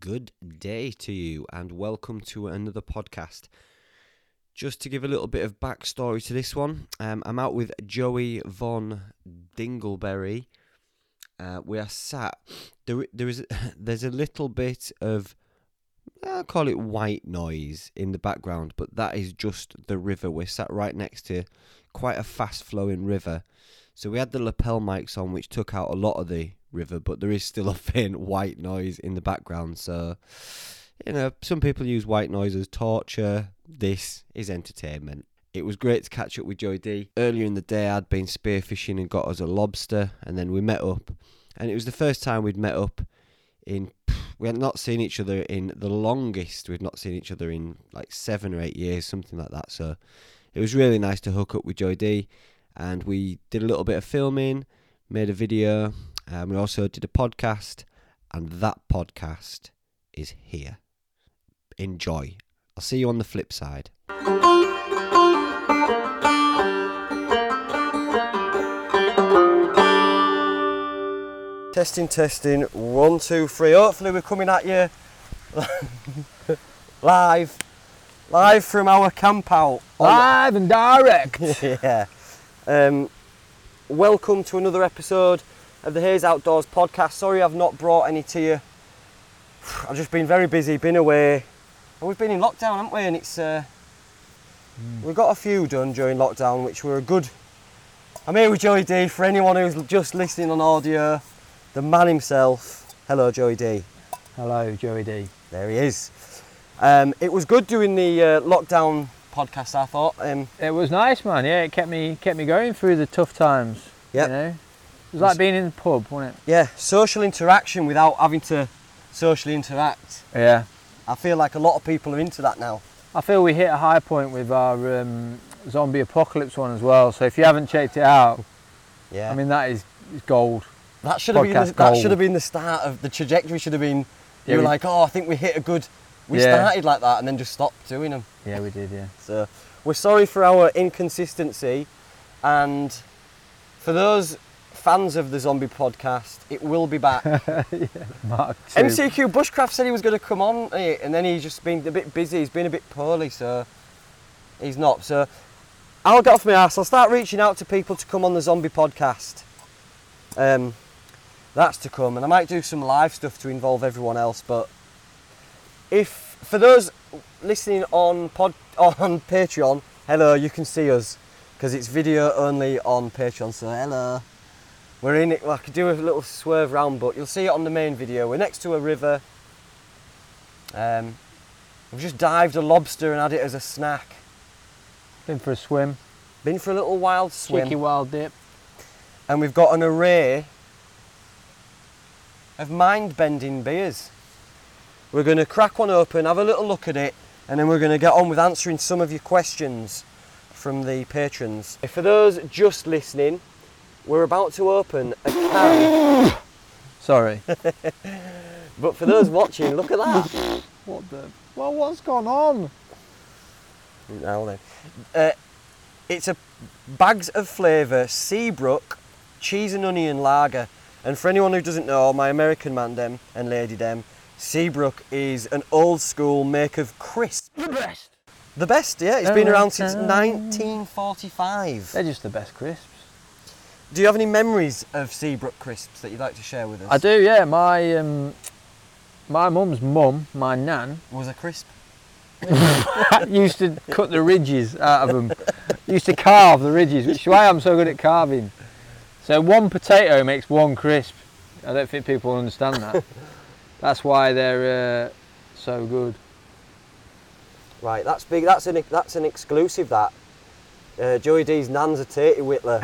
Good day to you, and welcome to another podcast. Just to give a little bit of backstory to this one, um, I'm out with Joey Von Dingleberry. Uh, we are sat. There, there is there's a little bit of I'll call it white noise in the background, but that is just the river. We're sat right next to quite a fast flowing river. So we had the lapel mics on, which took out a lot of the river, but there is still a faint white noise in the background. So, you know, some people use white noise as torture. This is entertainment. It was great to catch up with Joey D. Earlier in the day, I'd been spearfishing and got us a lobster, and then we met up. And it was the first time we'd met up in we had not seen each other in the longest we'd not seen each other in like seven or eight years something like that so it was really nice to hook up with joy d and we did a little bit of filming made a video and we also did a podcast and that podcast is here enjoy i'll see you on the flip side Testing, testing. One, two, three. Hopefully, we're coming at you live, live from our camp out. Live and direct. yeah. Um, welcome to another episode of the Hayes Outdoors podcast. Sorry, I've not brought any to you. I've just been very busy, been away. And we've been in lockdown, haven't we? And it's uh, Hmm. we got a few done during lockdown, which were a good. I'm here with Joey D. For anyone who's just listening on audio, the man himself. Hello, Joey D. Hello, Joey D. There he is. Um, it was good doing the uh, lockdown podcast. I thought. Um, It was nice, man. Yeah, it kept me kept me going through the tough times. Yep. You know, it was like being in the pub, wasn't yeah, social interaction without having to socially interact. it? Yeah. I feel like a lot of people are into that now. I feel we hit a high point with our um, zombie apocalypse one as well. So if you haven't checked it out, Yeah. I mean that is, is gold. that should have been the, podcast that goal. should have been the start of the trajectory. Should have been you Yeah, were we- like, oh, I think we hit a good. We Yeah. started like that and then just stopped doing them. Yeah, we did. Yeah. So we're sorry for our inconsistency, and for those fans of the zombie podcast, it will be back. Mark two. MCQ Bushcraft said he was going to come on, eh, and then he's just been a bit busy. He's been a bit poorly, so he's not. So I'll get off my ass. I'll start reaching out to people to come on the zombie podcast. Um, that's to come, and I might do some live stuff to involve everyone else. But if for those listening on pod on Patreon, hello, you can see us because it's video only on Patreon. So hello. We're in it. Well, I could do a little swerve round, but you'll see it on the main video. We're next to a river. Um, we've just dived a lobster and had it as a snack. Been for a swim. Been for a little wild swim, Cheeky wild dip. and we've got an array of mind-bending beers. We're going to crack one open, have a little look at it, and then we're going to get on with answering some of your questions from the patrons. For those just listening, we're about to open a can. Sorry. But for those watching, look at that. what the? Well, what's gone on? Now then. Uh, it's a bags of flavour Seabrook cheese and onion lager. And for anyone who doesn't know, my American man dem and lady dem, Seabrook is an old school make of crisp. The best. The best, yeah. It's been around since 1945. They're just the best crisps. Do you have any memories of Seabrook crisps that you'd like to share with us? I do, yeah. My um, my mum's mum, my nan, Was a crisp. used to cut the ridges out of them. Used to carve the ridges, which is why I'm so good at carving. So one potato makes one crisp. I don't think people understand that. That's why they're uh, so good. Right, that's big. That's an that's an exclusive. That uh, Joey D's nan's a tatty whittler.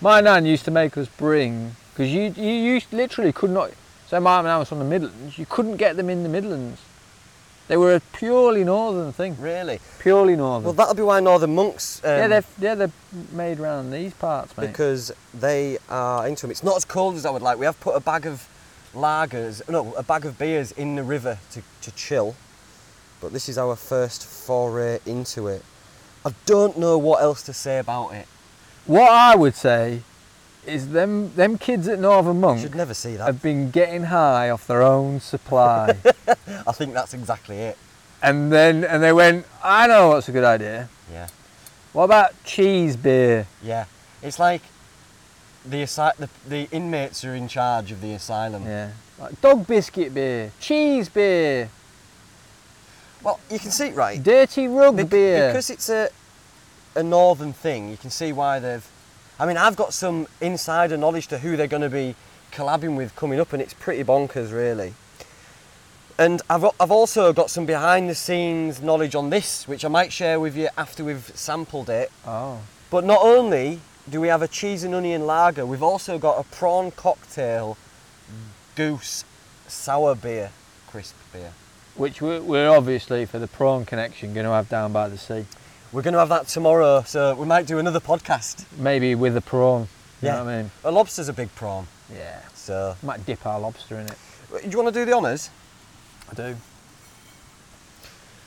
My nan used to make us bring because you you used, literally could not. So my nan was from the Midlands. You couldn't get them in the Midlands. They were a purely northern thing. really? Purely northern. Well, that'll be why Northern Monks. Um, yeah, they're yeah they're made round these parts, mate. because they are into them. It's not as cold as I would like. We have put a bag of lagers, no, a bag of beers in the river to, to chill, but this is our first foray into it. I don't know what else to say about it. What I would say is them them kids at Northern Monk Should never see that. have been getting high off their own supply, I think that's exactly it. and then and they went, I know what's a good idea. Yeah. What about cheese beer? Yeah. It's like the, asi- the the inmates are in charge of the asylum. Yeah. Like dog biscuit beer, cheese beer, Well, you can see right. dirty rug Bec- beer. Because it's a a northern thing, you can see why they've. I mean, I've got some insider knowledge to who they're going to be collabing with coming up, and it's pretty bonkers, really. And I've, al- I've also got some behind the scenes knowledge on this, which I might share with you after we've sampled it. oh. But not only do we have a cheese and onion lager, we've also got a prawn cocktail goose sour beer, crisp beer. Which we're, we're obviously for the prawn connection going to have down by the sea. We're going to have that tomorrow, so we might do another podcast. Maybe with a prawn. You know Yeah. what I mean? A lobster's a big prawn, Yeah. so. Might dip our lobster in it. Do you want to do the honours? I do.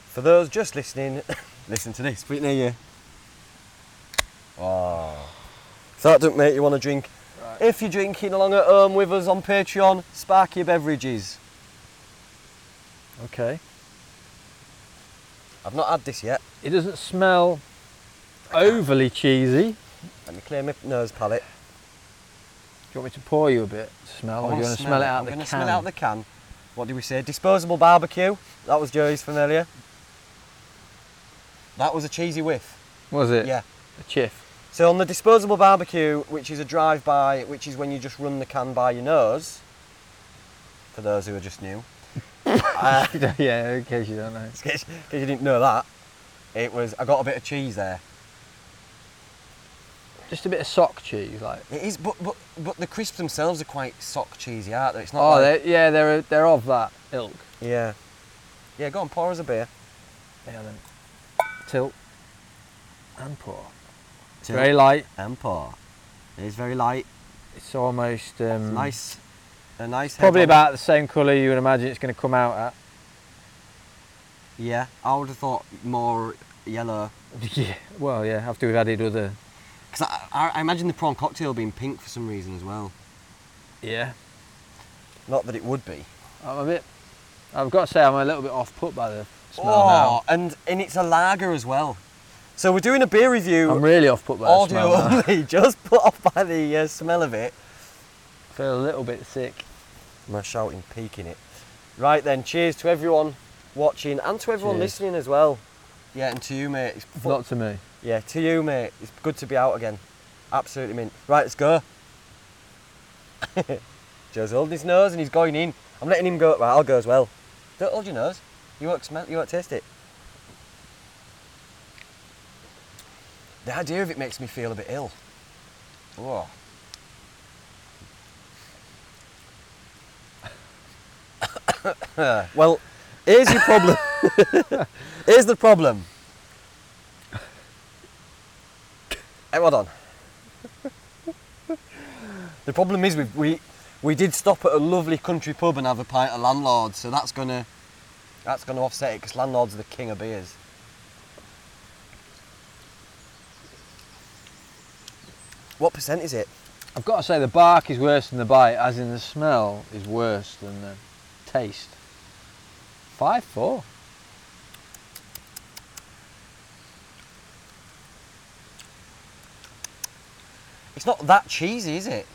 For those just listening, listen to this. Put it near you. Oh. If that doesn't make you want to drink, Right. if you're drinking along at home with us on Patreon, spark your beverages. Okay. I've not had this yet. It doesn't smell overly cheesy. Let me clear my nose palate. Do you want me to pour you a bit to smell? Or do you want to Oh, smell it out I'm the gonna can? smell it out the can. What do we say? Disposable barbecue. That was Joey's from earlier. That was a cheesy whiff. Was it? Yeah. A chiff. So on the disposable barbecue, which is a drive-by, which is when you just run the can by your nose, for those who are just new, uh, yeah, in case you don't know. in case in case you didn't know that, it was I got a bit of cheese there. Just a bit of sock cheese, like. It is, but but but the crisps themselves are quite sock cheesy, aren't they? It's not. Oh, like, they're, yeah, they're, they're of that ilk. yeah, yeah. Go on, pour us a beer. Yeah, then. Tilt. And pour. It's very light. and pour. It is very light. It's almost um, nice, a nice. Probably head-on. about the same colour you would imagine it's going to come out Yeah, I would have thought more yellow. at. Yeah. Well, yeah. After we've added other. Because I, I, I imagine the prawn cocktail being pink for some reason as well. Yeah. Not that it would be. I'm a bit. I've got to say, I'm a little bit off put by the smell Oh, and and it's a lager as well. So we're doing a beer now. review, I'm really off put by the smell. audio Now. only, just put off by the uh, smell of it. I feel a little bit sick. My shouting, peaking it. Right then, cheers to everyone watching and to everyone Cheers. listening as well. Yeah, and to you, mate. It's fu- Not to me. yeah, to you, mate. It's good to be out again. Absolutely mint. Right, let's go. Joe's holding his nose and he's going in. I'm letting him go. Right, I'll go as well. Don't hold your nose. You won't smell. You won't taste it. The idea of it makes me feel a bit ill. Whoa. well, here's your problem. here's the problem. Hey, hold on. the problem is we, we we did stop at a lovely country pub and have a pint of landlords, so that's gonna that's gonna offset it because landlords are the king of beers. What percent is it? I've got to say, the bark is worse than the bite, as in the smell is worse than the taste. Five four. It's not that cheesy, is it?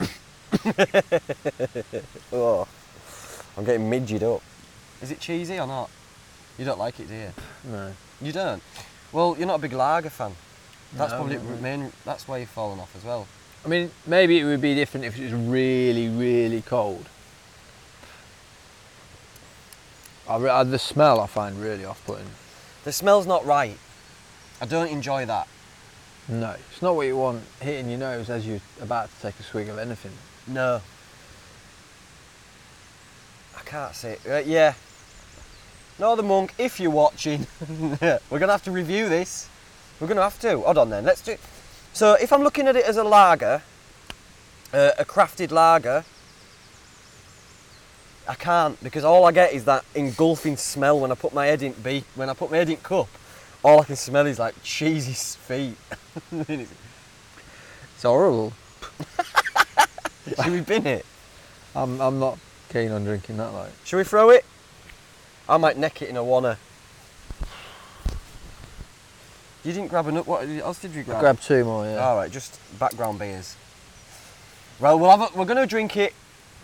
oh, I'm getting midged up. Is it cheesy or not? You don't like it, do you? No. You don't. Well, you're not a big lager fan. That's No, probably not really. main. That's why you've fallen off as well. I mean, maybe it would be different if it was really, really cold. I, re- I, the smell I find really off-putting. The smell's not right. I don't enjoy that. No, it's not what you want hitting your nose as you're about to take a swig of anything. No. I can't see it. Uh, yeah. Northern Monk, if you're watching, we're going to have to review this. We're going to have to. Hold on then, let's do So, if I'm looking at it as a lager, uh, a crafted lager, I can't because all I get is that engulfing smell when I put my head in be when I put my head in cup. All I can smell is like cheesy feet. It's horrible. Should we bin it? I'm, I'm not keen on drinking that. Like, Should we throw it? I might neck it in a wanna. You didn't grab enough. What else did you grab? grab two more. Yeah. All right, just background beers. Well, we'll have a, we're going to drink it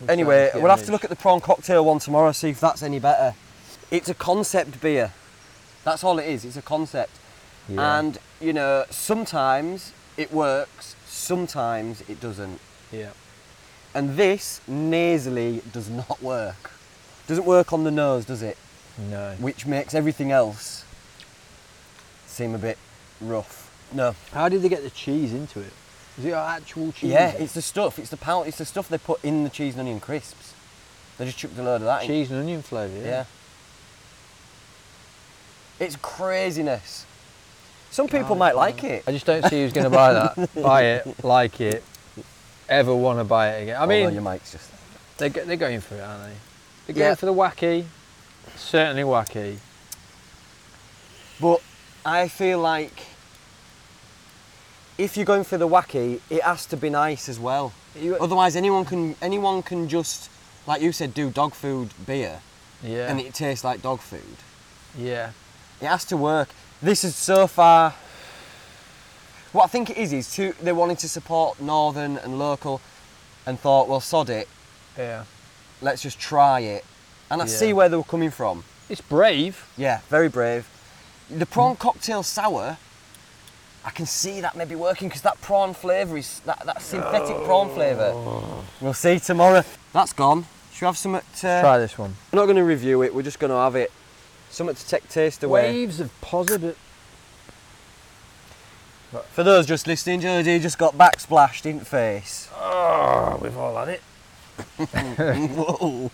We'll try anyway. and get We'll have each. to look at the prawn cocktail one tomorrow, see if that's any better. It's a concept beer. That's all it is. It's a concept. Yeah. And you know, sometimes it works, sometimes it doesn't. yeah. And this nasally does not work. Doesn't work on the nose, does it? No. Which makes everything else seem a bit rough. No. How did they get the cheese into it? Is it actual cheese? Yeah, it's the stuff. It's the pal- It's the stuff they put in the cheese and onion crisps. They just chucked a load of that in. cheese and onion flavour. Yeah. It's craziness. Some people might like it. I just don't see who's going to buy that. buy it, like it, ever want to buy it again. I Although mean, your mic's just. they're, go- they're going for it, aren't they? They're Yeah. going for the wacky. Certainly wacky. But I feel like if you're going for the wacky, it has to be nice as well. Otherwise, anyone can anyone can just, like you said, do dog food beer, yeah. and it tastes like dog food. yeah. It has to work. This is so far. What I think it is is too, they wanted to support northern and local, and thought, well, sod it, Yeah. let's just try it, and I Yeah. see where they were coming from. It's brave. Yeah, very brave. The prawn Mm. cocktail sour, I can see that maybe working because that prawn flavour is that, that synthetic prawn Oh. flavour. We'll see tomorrow. That's gone. Should we have some? At, uh, Try this one. We're not going to review it. We're just going to have it. Something to take taste away. Waves of positive. For those just listening, Jodie just got backsplashed in face. Oh, we've all had it. Whoa.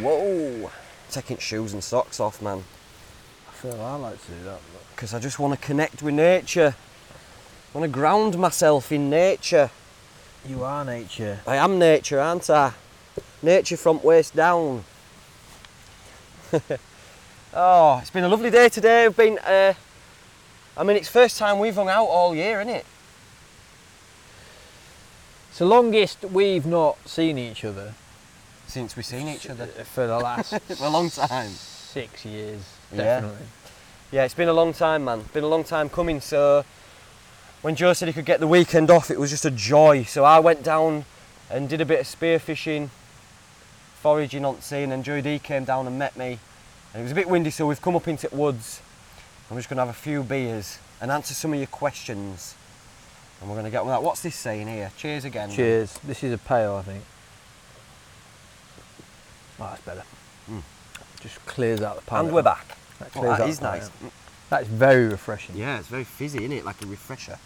Whoa. Taking shoes and socks off, man. I feel I like to do that. But... Because I just want to connect with nature. I want to ground myself in nature. You are nature. I am nature, aren't I? Nature from waist down. oh, it's been a lovely day today. We've been, uh, I mean, it's first time we've hung out all year, isn't it? It's the longest we've not seen each other Since we've seen each other. uh, for the last For a long time. six years, Yeah. definitely. Yeah, it's been a long time, man. Been a long time coming. So when Joe said he could get the weekend off, it was just a joy. So I went down and did a bit of spearfishing, foraging on scene, and Joe D came down and met me. And it was a bit windy, so we've come up into the woods. I'm just going to have a few beers and answer some of your questions. And we're going to get on with that. What's this saying here? Cheers again. Cheers. This is a pale, I think. Oh, that's better. Just clears out the palate. Hmm. And we're back. That Oh, clears out that the is palate. nice. That's very refreshing. Yeah, it's very fizzy, isn't it? Like a refresher.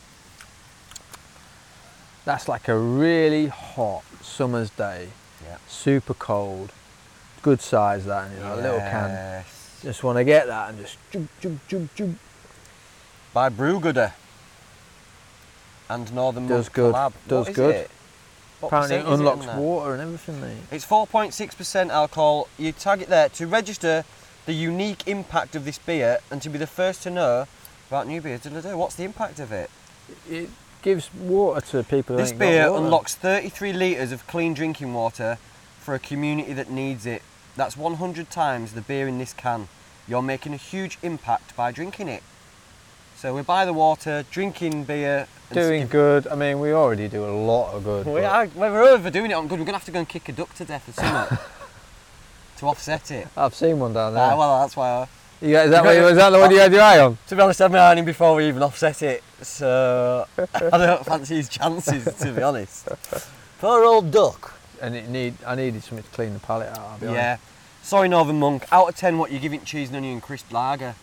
That's like a really hot summer's day. Yeah. Super cold. Good size that, and a little can. Yes. Just want to get that and just jump, jump, jump, jump. by Brewgooder and Northern Does Monk good, Collab. does What is good. it? What Apparently, it percent is in unlocks there? water and everything. Mate. It's 4.6% alcohol. You tag it there to register the unique impact of this beer and to be the first to know about new beers. Da-da-da. What's the impact of it? It gives water to people. who this ain't got beer water. unlocks 33 litres of clean drinking water for a community that needs it. That's 100 times the beer in this can. You're making a huge impact by drinking it. So we're by the water, drinking beer, and Doing good. I mean, we already do a lot of good. We but- are, we're overdoing it on good. We're going to have to go and kick a duck to death or something to offset it. I've seen one down there. Ah, well, that's why. I, Yeah, You is that, got what, it. was that the one you had your eye on? to be honest, I've been eyeing him before we even offset it, so I don't fancy his chances, to be honest. Poor old duck. And it need I needed something to clean the palate out. I'll be Yeah. Sorry, Northern Monk. Out of 10, what you giving cheese and onion crisp lager?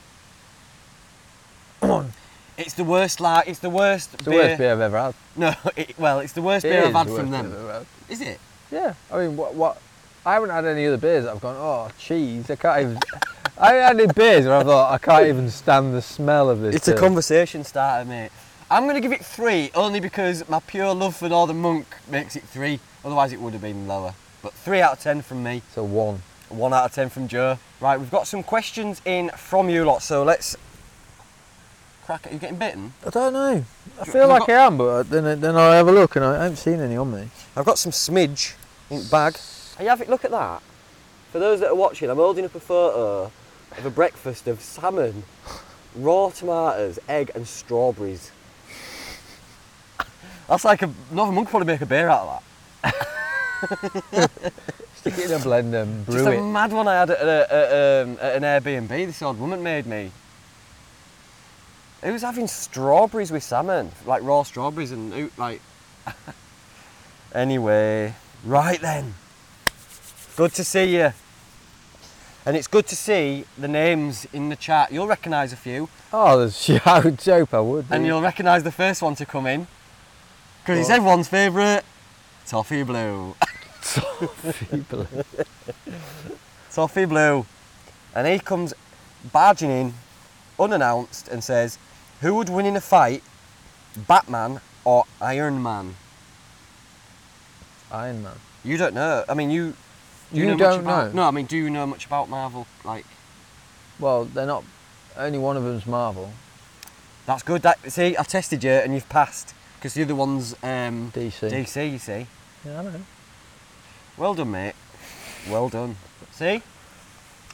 it's the worst lager. It's the worst It's the beer. worst beer I've ever had. No, it, well, it's the worst It beer is I've had the from worst beer them. I've ever had. Is it? Yeah, I mean, what, what? I haven't had any other beers that I've gone, oh, cheese, I can't even. I haven't had any beers where I thought, I can't even stand the smell of this. It's a beer." conversation starter, mate. I'm going to give it three, only because my pure love for Northern Monk makes it three. Otherwise, it would have been lower. But three out of ten from me, It's a one. one out of ten from Joe. Right, we've got some questions in from you lot, so let's crack at you getting bitten? I don't know. I You- feel you've like got- I am, but then then I have a look and I haven't seen any on me. I've got some smidge in the bag. Hey, have it, look at that. For those that are watching, I'm holding up a photo of a breakfast of salmon, raw tomatoes, egg, and strawberries. That's like a, another monk probably make a beer out of that. Stick it in a blender and brew Just a it. mad one I had at, a, at, um, at an Airbnb. This old woman made me. It was having strawberries with salmon, like raw strawberries, and who- like. anyway, right then. Good to see you. And it's good to see the names in the chat. You'll recognise a few, Oh, there's I would hope I would. and do. you'll recognise the first one to come in, because it's What? everyone's favourite, toffee blue. people. Toffee Blue. And he comes barging in, unannounced, and says, Who would win in a fight, Batman or Iron Man? Iron Man. You don't know. I mean, you. do You much don't about- know? No, I mean, do you know much about Marvel? Like, Well, they're not. Only one of them's Marvel, that's good. That, see, I've tested you and you've passed. Because the other one's um, DC. DC, you see. Yeah, I know. Well done, mate. Well done. See?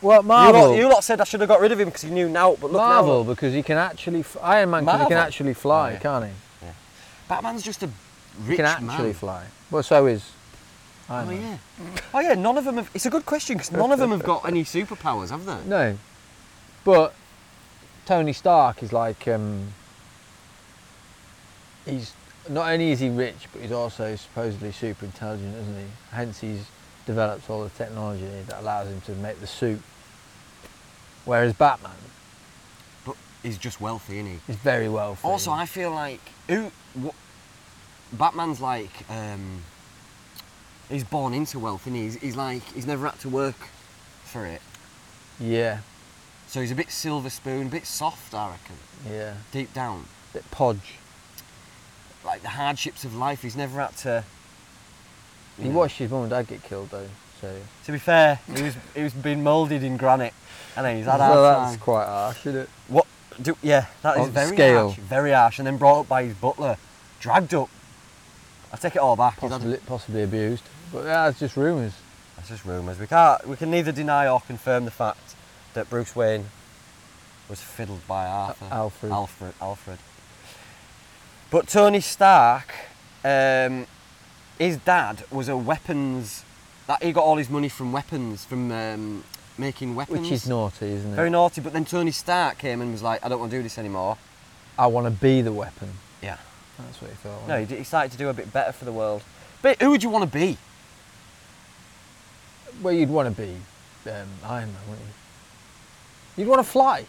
Well, You, Marvel. lot, you lot said I should have got rid of him because he knew now, but look Marvel now. because he can actually f- Iron Man because he can Marvel? actually fly, Oh, yeah. can't he? Batman's just a rich He can actually man. fly. Well, so is Iron Oh Man. yeah. Oh yeah. None of them have. It's a good question because none of them have got any superpowers, have they? No, but Tony Stark is like um, he's not only is he rich, but he's also supposedly super intelligent, isn't he? Hence, he's developed all the technology that allows him to make the suit. Whereas Batman But he's just wealthy, isn't he? is very wealthy. Also, I feel like who, what, Batman's like. Um, he's born into wealth, and he's he's like he's never had to work for it. yeah, So he's a bit silver spoon, a bit soft, I reckon, yeah, deep down. bit podge. Like the hardships of life, he's never had to. He Yeah. watched his mum and dad get killed though, so. To be fair, he was he was being moulded in granite, and then he's had a so hard that's time. quite harsh, isn't it? What? Do, yeah, that is On very scale. harsh. Very harsh, and then brought up by his butler, dragged up. I take it all back. he's had- Possibly, possibly abused, but that's just rumours. that's just rumours. We can't. We can neither deny or confirm the fact that Bruce Wayne was fiddled by Arthur. Alfred. Alfred. Alfred. But Tony Stark, um, his dad was a weapons. That he got all his money from weapons, from um, making weapons. Which is naughty, isn't it? Very naughty. But then Tony Stark came and was like, "I don't want to do this anymore." I want to be the weapon. Yeah. That's what he thought. No, wasn't he d- he started to do a bit better for the world. But who would you want to be? it? Well, you'd want to be um, Iron Man, wouldn't you? You'd want to fly.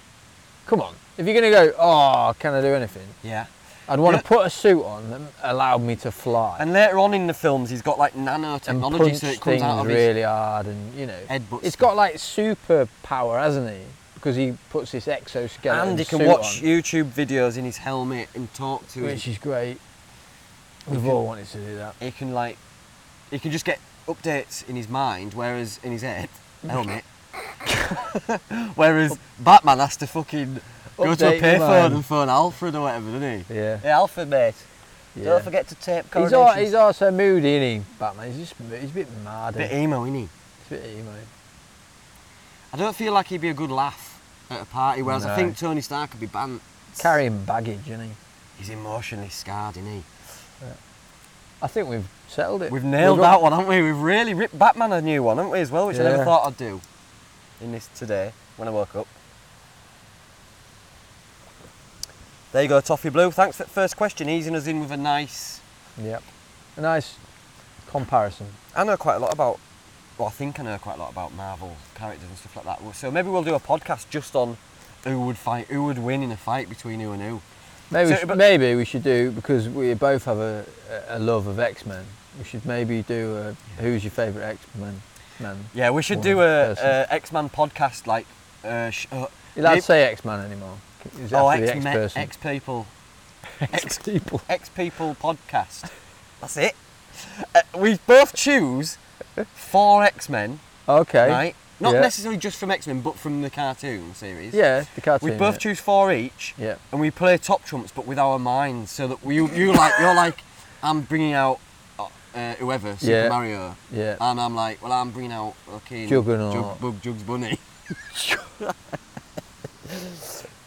Come on. If you're going to go, oh, can I do anything? Yeah. I'd want Yeah. to put a suit on that allowed me to fly. And later on in the films, he's got like and nanotechnology, punch so it comes things out of his. really hard and, you know. Headbutt It's stuff. got like superpower, hasn't he? Because he puts this exoskeleton And he can suit watch on, YouTube videos in his helmet and talk to Which him. is great. We We've can- all wanted to do that. He can like, he can just get updates in his mind, whereas in his head, helmet. whereas Batman has to fucking go to a Update your payphone mind. and phone Alfred or whatever, doesn't he? Yeah. Hey, Alfred, mate. yeah. Don't forget to tape He's, coronation. al- he's also moody, isn't he? Batman. He's just he's a bit mad. bit isn't he? emo, isn't he? He's a bit emo. I don't feel like he'd be a good laugh at a party, whereas I No. think Tony Stark could be banned. Carrying baggage, isn't he? He's emotionally scarred, isn't he? I think we've settled it. We've nailed We've that got- one, haven't we? We've really ripped Batman a new one, haven't we, as well, which I never Yeah. thought I'd do in this today when I woke up. There you go, Toffee Blue. Thanks for the first question, easing us in with a nice. Yep. A nice comparison. I know quite a lot about. Well, I think I know quite a lot about Marvel characters and stuff like that. So maybe we'll do a podcast just on who would fight, who would win in a fight between who and who. Maybe, So, we, should, but- maybe we should do because we both have a, a love of X Men. We should maybe do a who's your favourite X Men man. Yeah, we should One do a, a person. X X-Man podcast like. Uh, sh- uh, You're allowed maybe- to say X Man anymore. It's oh, actually X-Men- X-person. X-People. X- people. X People podcast. That's it. Uh, we both choose four X Men, Okay. right? Not Yeah. necessarily just from X Men, but from the cartoon series. Yeah, the cartoon. We both yeah. choose four each, Yeah. and we play top trumps, but with our minds, so that we, you, you like you're like I'm bringing out uh, uh, whoever Super Yeah. Mario, Yeah. and I'm like, well, I'm bringing out okay Juggernaut. Jug, Bug Jugs Bunny.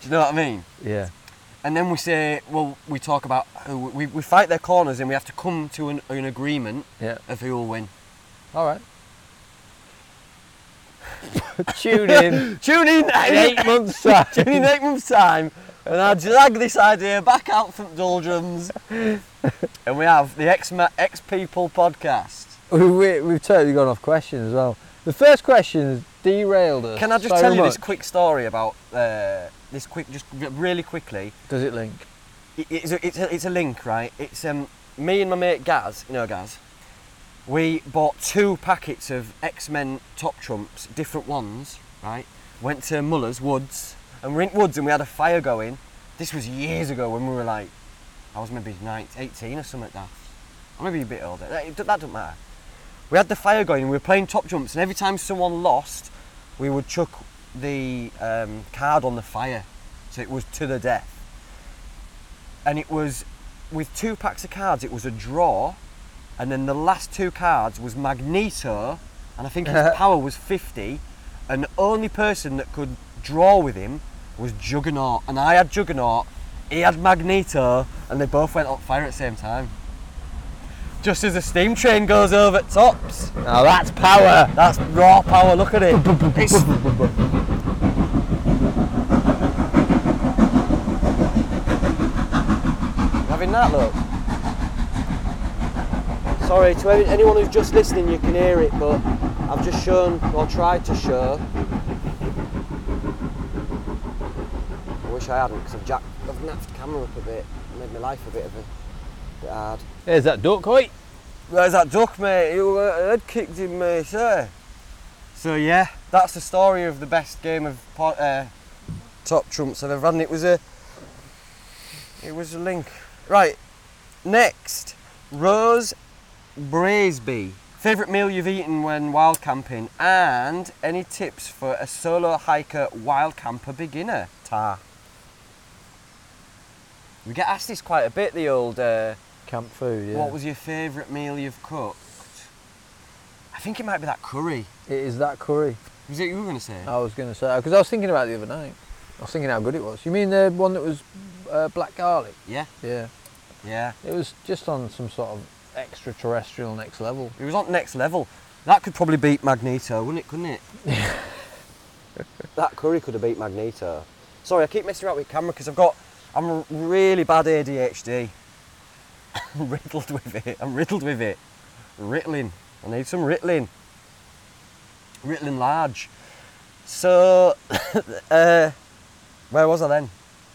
Do you know what I mean? yeah. And then we say, well, we talk about who we, we fight their corners, and we have to come to an, an agreement Yeah. of who will win. All right. Tune in. Tune in in eight, eight months' time. tune in eight months' time, and I drag this idea back out from doldrums, and we have the X Ma- X People podcast. We, we, we've totally gone off question as well. The first question derailed us. Can I just so tell you much. this quick story about uh, this quick, just r- really quickly? Does it link? It- It's a, it's, a, it's a link, right? It's um, me and my mate Gaz, you know Gaz, we bought two packets of X Men Top Trumps, different ones, right? Went to Muller's Woods, and we're in Woods and we had a fire going. This was years ago when we were like, I was maybe 19, 18 or something like that. Or maybe a bit older. That, it- that doesn't matter. We had the fire going and we were playing Top Trumps, and every time someone lost, we would chuck the um, card on the fire. So it was to the death. And it was, with two packs of cards, it was a draw. And then the last two cards was Magneto, and I think his power was 50. And the only person that could draw with him was Juggernaut. And I had Juggernaut, he had Magneto, and they both went up fire at the same time. Just as a steam train goes over tops. Now that's power. That's raw power, look at it. It's- Having that look. Sorry to any- anyone who's just listening, you can hear it, but I've just shown or tried to show. I wish I hadn't, because I've jacked, I've napped the camera up a bit, made my life a bit of a bit hard. There's that duck, oi. Where's that duck, mate? You uh, head kicked him, mate, sir. So yeah, that's the story of the best game of po- uh, top trumps I've ever had, and it was a, it was a link. Right, next, Rose Braisby. Favorite meal you've eaten when wild camping, and any tips for a solo hiker wild camper beginner? Ta. We get asked this quite a bit. The old. Uh, Camp food, yeah. what was your favourite meal you've cooked? I think it might be that curry. it is that curry. Was it you were going to say? I was going to say, because I was thinking about it the other night. I was thinking how good it was. You mean the one that was uh, black garlic? Yeah, Yeah. yeah. It was just on some sort of extraterrestrial next level. It was on next level. That could probably beat Magneto, wouldn't it? Couldn't it? that curry could have beat Magneto. Sorry, I keep messing around with camera because I've got. I'm r- really bad ADHD. I'm riddled with it. I'm riddled with it. Rittling. I need some Rittling. Rittling large. So, uh, where was I then?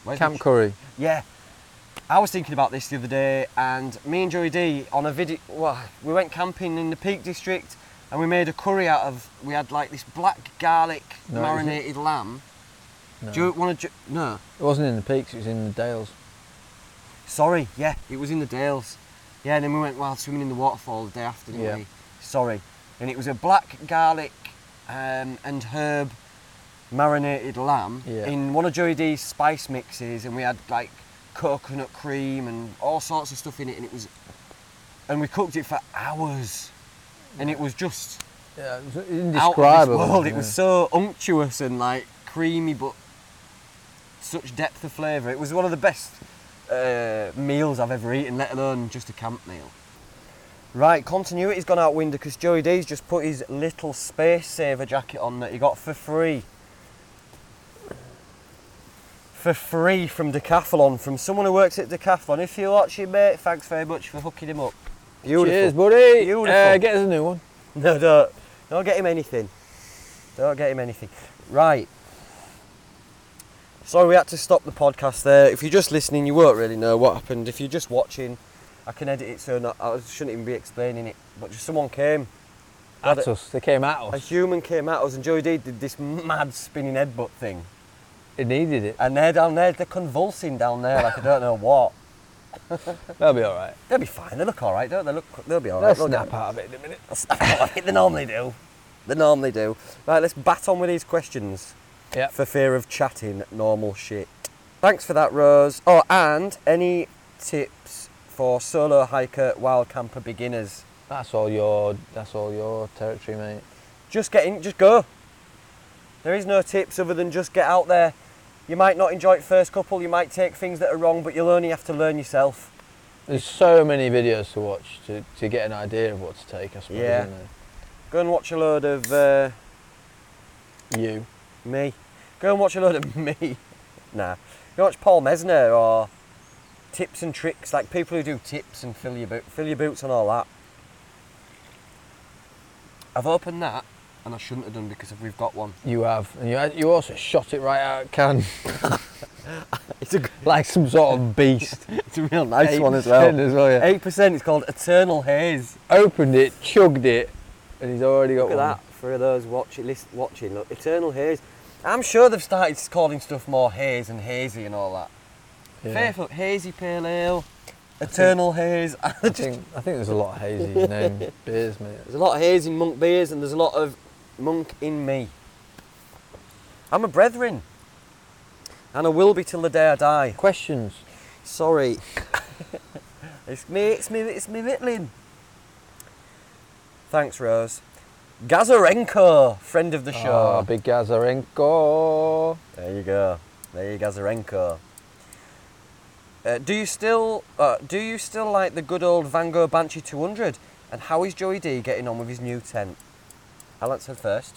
Where's my Camp curry. yeah. I was thinking about this the other day, and me and Joey D on a video. Well, we went camping in the Peak District, and we made a curry out of. We had like this black garlic No, it isn't. marinated lamb. No. Do you want to? No. It wasn't in the peaks, it was in the dales. Sorry. Yeah, it was in the Dales. Yeah, and then we went wild swimming in the waterfall the day after, didn't Yeah. we? Sorry. And it was a black garlic um, and herb marinated lamb Yeah. in one of Joey D's spice mixes, and we had like coconut cream and all sorts of stuff in it, and it was, and we cooked it for hours, and it was just Yeah, it was out of indescribable. this world. It yeah. was so unctuous and like creamy, but such depth of flavour. It was one of the best uh, meals I've ever eaten, let alone just a camp meal. Right, continuity's gone out window because Joey D's just put his little space saver jacket on that he got for free. For free from Decathlon, from someone who works at Decathlon. If you're watching, mate, thanks very much for hooking him up. Beautiful. Cheers, buddy. Beautiful. Uh, get us a new one. No, don't. Don't get him anything. Don't get him anything. Right. Sorry, we had to stop the podcast there. If you're just listening, you won't really know what happened. If you're just watching, I can edit it so not, I shouldn't even be explaining it. But just someone came, At us. They came at a us. human came at us, and Joey D did this mad spinning headbutt thing. It needed it. And they're down there, they're convulsing down there like I don't know what. That'll be all right. They'll be fine. They look all right, don't they? Look, they'll be all They'll right. snap out of it in a minute. They'll snap out of it. They normally do. They normally do. Right, let's bat on with these questions. Yep. For fear of chatting normal shit. Thanks for that, Rose. Oh, and any tips for solo hiker, wild camper beginners? That's all your. That's all your territory, mate. Just get in, just go. There is no tips other than just get out there. You might not enjoy it first couple, you might take things that are wrong, but you'll only have to learn yourself. There's so many videos to watch to, to get an idea of what to take. I suppose. Yeah. Isn't Go and watch a load of uh, there? You. me. Go and watch a load of me. Nah. Go watch Paul Mesner or tips and tricks, like people who do tips and fill your, boot, fill your boots and all that. I've opened that, and I shouldn't have done because we've got one. You have, and you had, you also shot it right out of can It's a, g- like some sort of beast. it's a real nice Eight one as well. percent as well, yeah. Eight percent. It's called Eternal Haze. Opened it, chugged it, and he's already got Look at one. that for those watching. List, watching, look, Eternal Haze. I'm sure they've started calling stuff more haze and hazy and all that. Yeah. Fairfield hazy pale ale, Eternal Haze. I think I think there's a lot of hazy name beers, mate. There's a lot of haze in monk beers and there's a lot of monk in me. I'm a brethren. And I will be till the day I die. Questions. Sorry. it's me, it's me, it's me mittling. Thanks, Rose. Gazarenko, friend of the Ah, show. big Gazarenko. There you go. There you Gazarenko. Uh, do you still uh, do you still like the good old Van Gogh Banshee 200? And how is Joey D getting on with his new tent? I'll answer first.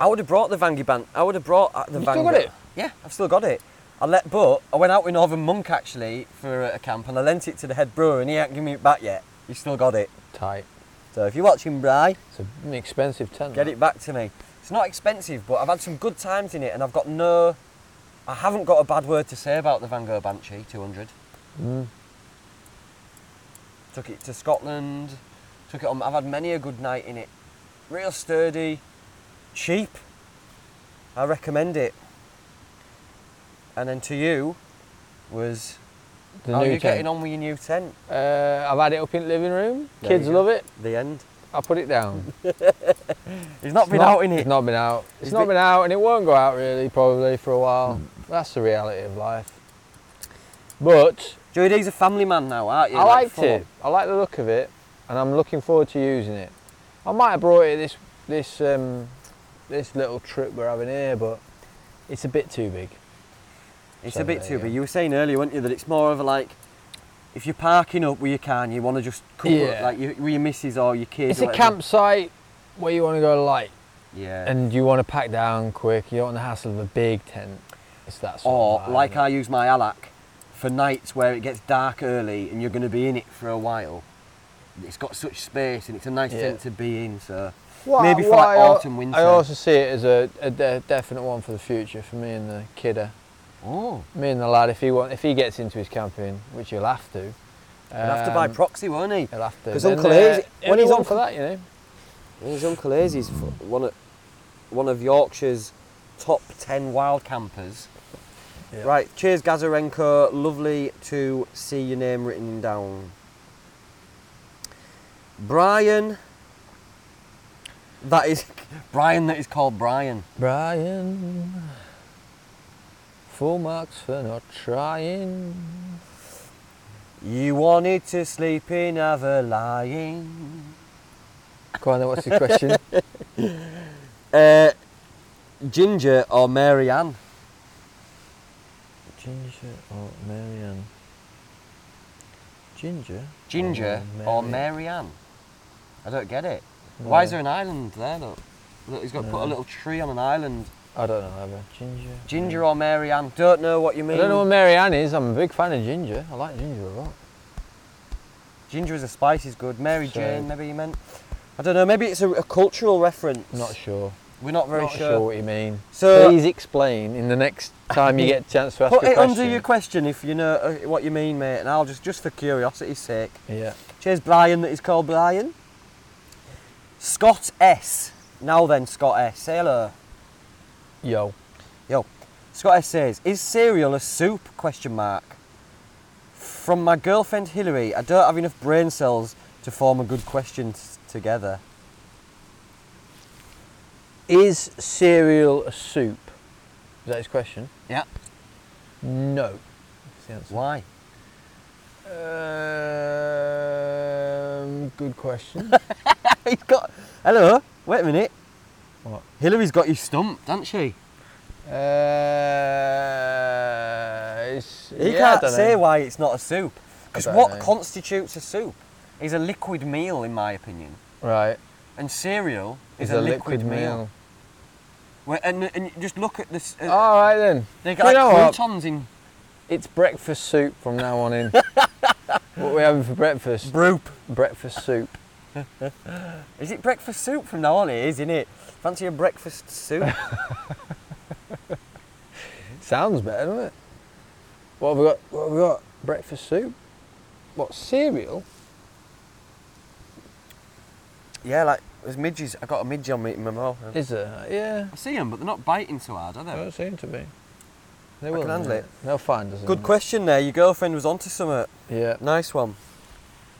I would have brought the Vangie Ban. I would have brought uh, the You Van still got Gogh- it? Yeah, I've still got it. I let, but I went out with Northern Monk actually for a camp, and I lent it to the head brewer, and he ain't given me it back yet. He's still got it. Tight. So if you're watching, Bry, It's a- an expensive tent. Get that. it back to me. It's not expensive, but I've had some good times in it, and I've got no, I haven't got a bad word to say about the Van Gogh Banshee 200. Mm. Took it to Scotland, took it on. I've had many a good night in it. Real sturdy, cheap. I recommend it. And then to you, was The how are new you tent. Oh, getting on with your new tent? Uh, I've had it up in the living room. There Kids you go. love it. The end. I put it down. He's not It's been out in It's it. not been out. It's, It's not been- been, out, and it won't go out really probably for a while. Mm. That's the reality of life. But Joey D's a family man now, aren't you? I liked full on. it. I like the look of it, and I'm looking forward to using it. I might have brought it this this um, this little trip we're having here, but it's a bit too big. It's So a bit there too you go. big. You were saying earlier, weren't you, that it's more of a like, if you're parking up where you can, you want to just cover Yeah. up, like you, with your missus or your kids. It's or a whatever. campsite where you want to go light Yeah. and you want to pack down quick. You don't want the hassle of a big tent. It's that sort or of vibe, like isn't it? I use my Alac for nights where it gets dark early and you're going to be in it for a while. It's got such space and it's a nice Yeah. tent to be in. So Why- maybe for why like I al- autumn, winter. I also see it as a, a de- definite one for the future for me and the kidder. oh, Me and the lad, if he want, if he gets into his camping, which he'll have to, he'll have to buy um, proxy, won't he? He'll have to. 'Cause Then, uh, Uncle Hayes- he'll when be he's one on- for that, you know. His uncle Hazy's one of one of Yorkshire's top ten wild campers. Yeah. Right, cheers Gazarenko. Lovely to see your name written down. Brian. That is Brian. That is called Brian. Brian, full marks for not trying. You wanted to sleep in other lying. Go on, then. What's the question? Uh, Ginger or Mary Ann? Ginger or Marianne? Ginger. Ginger Oh, or Mary Ann? I don't get it. Why is there an island there though? Look, he's got to put a No. Mm. little tree on an island. I don't know either. Ginger. Ginger or Mary Ann? Don't know what you I mean. don't know what Marianne is. I'm a big fan of ginger. I like ginger a lot. Ginger as a spice is good. Mary So- Jane, maybe you meant. I don't know. Maybe it's a, a cultural reference. I'm not sure. We're not very not sure. what you mean. So- Please explain in the next time you get a chance to ask Put a it question. under your question if you know uh, what you mean, mate. And I'll just, just for curiosity's sake. yeah. Cheers, Brian. That is called Brian. Scott S. Now then, Scott S. Say hello. Yo. Yo, Scott S says, "Is cereal a soup?" Question mark. From my girlfriend Hillary, I don't have enough brain cells to form a good question s- together. Is cereal a soup? Is that his question? Yeah. No. That's the answer. Why? Um, good question. He's got. Hello. Wait a minute. What? Hillary's got you stumped, hasn't she? uh, it's, He yeah, I can't dunno. say why it's not a soup. Because don't what know. constitutes a soup is a liquid meal, in my opinion. Right. And cereal is It's a, liquid, meal. Where, and, and just look at this. Uh, All right then. they you got know like what? croutons in It's breakfast soup from now on in. what are we having for breakfast? Broop. breakfast soup. Is it breakfast soup from now on? It is, isn't it? Fancy a breakfast soup? Sounds better, doesn't it? What have we got? What have we got? Breakfast soup. What cereal? yeah, like there's midges. I got a midge on me in my mouth. Is there? Yeah. I see them, but they're not biting so hard, are they? Don't seem to be. They I will can handle innit? They'll find us. Good innit? question there. Your girlfriend was onto something. Yeah. Nice one.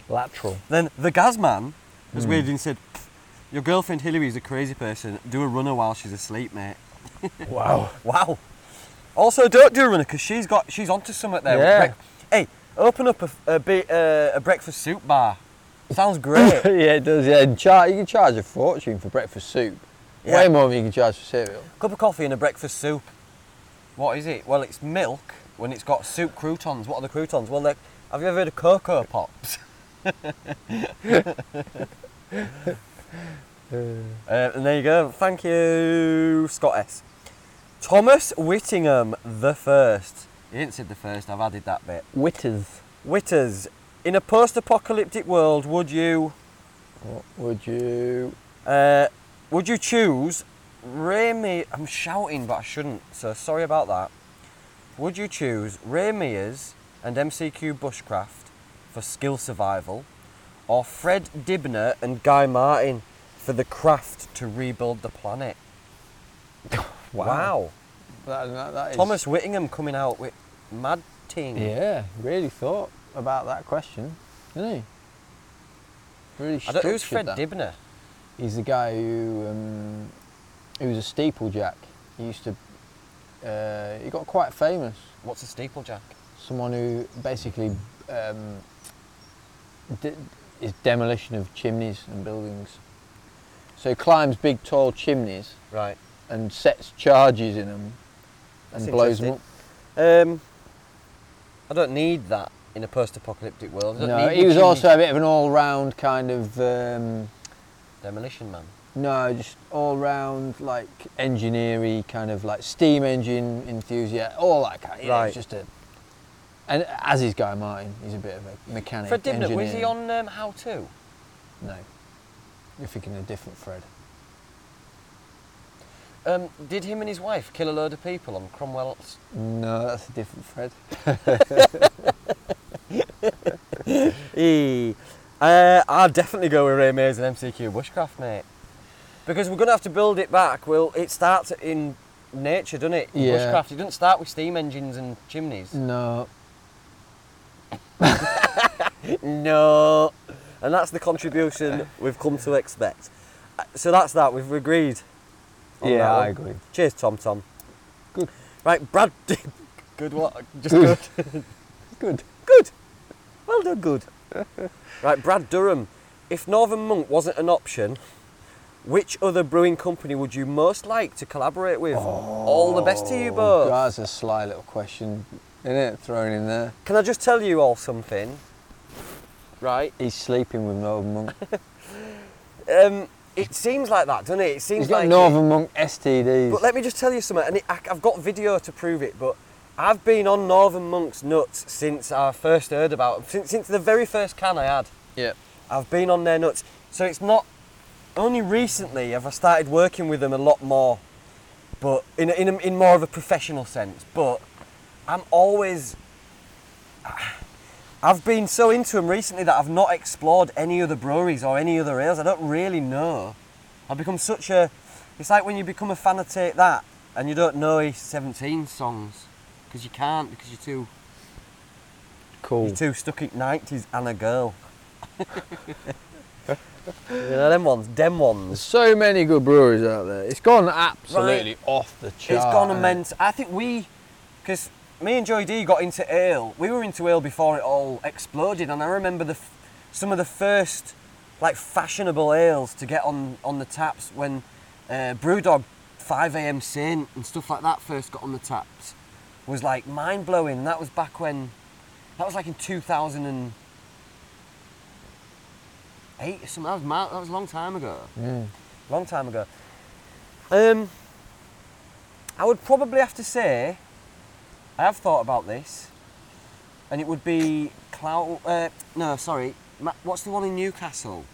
Lateral. Then the gas man was Hmm. weird and said, "Pff, "Your girlfriend Hillary's a crazy person. Do a runner while she's asleep, mate." Wow. Wow. Also, don't do a runner because she's got she's onto something there. with Yeah. break- hey, open up a a, bit, uh, a breakfast soup bar. Sounds great. yeah, it does. Yeah, and char- you can charge a fortune for breakfast soup. Yeah. Way more than you can charge for cereal. Cup of coffee and a breakfast soup. What is it? Well, it's milk when it's got soup croutons. What are the croutons? Well, they're- have you ever heard of cocoa pops? Uh, and there you go. Thank you, Scott S. Thomas Whittingham the first. He didn't say the first. I've added that bit. Witters. Witters. In a post-apocalyptic world, would you What would you? uh, would you choose Remy? I'm shouting, but I shouldn't. So sorry about that. Would you choose Ray Mears and MCQ Bushcraft for skill survival, or Fred Dibner and Guy Martin for the craft to rebuild the planet? wow. That, that, that is- Thomas Whittingham coming out with mad ting. Yeah, really thought about that question, didn't he? Really I don't, structured who's Fred that. Dibner? He's the guy who um, he was a steeplejack. He used to. Uh, he got quite famous. What's a steeplejack? Someone who basically um, did his demolition of chimneys and buildings. So he climbs big tall chimneys Right. and sets charges in them and That's blows them up. interesting. Um, I don't need that in a post-apocalyptic world. I don't No, need he was Jimmy also a bit of an all-round kind of. Um, demolition man. No, just all round like engineering kind of like steam engine enthusiast, all that kind. Of, Right. It's just a. And as is Guy Martin, he's a bit of a mechanic. Fred Dibner was engineer. he on um, How To? No, you're thinking a different Fred. Um, did him and his wife kill a load of people on Cromwell's? No, that's a different Fred. E. Uh, I'd definitely go with Ray Mays and MCQ Bushcraft, mate. Because we're going to have to build it back. Well, it starts in nature, doesn't it? Yeah. Bushcraft, it doesn't start with steam engines and chimneys. No, No. And that's the contribution we've come to expect. Uh, So that's that. We've agreed. on Yeah, that I one. agree. Cheers, Tom. Tom. Good. Right, Brad. good. What? Just Good. good. good. Good. Well done. Good. right, Brad Durham. If Northern Monk wasn't an option, which other brewing company would you most like to collaborate with? All the best to you both. That's Oh, a sly little question, isn't it? Thrown in there. Can I just tell you all something? Right. He's sleeping with Northern Monk. Um, it seems like that, doesn't it? It seems He's got like it- Northern Monk STDs. But let me just tell you something, and it, I, I've got video to prove it. But I've been on Northern Monk's nuts since I first heard about 'em, since, since the very first can I had. yeah. I've been on their nuts, so it's not only recently have I started working with them a lot more, but in a, in, a, in more of a professional sense. But I'm always I've been so into them recently that I've not explored any other breweries or any other ales. I don't really know. I've become such a. It's like when you become a fan of Take That and you don't know his 17 songs because you can't because you're too Cool. you're too stuck in 90s and a girl. You know, them ones, dem There's ones. so many good breweries out there. It's gone absolutely off the chart. It's gone hasn't it? immense. I think we, because me and Joey D got into ale. We were into ale before it all exploded, and I remember the f- some of the first like fashionable ales to get on on the taps when uh, BrewDog 5 a.m. Saint and stuff like that first got on the taps was like mind blowing. That was back when that was like in 2008 or something. That was, ma- that was a long time ago. Mm. Long time ago. Um, I would probably have to say, I have thought about this, and it would be Clow. Uh, no, sorry. Ma- what's the one in Newcastle?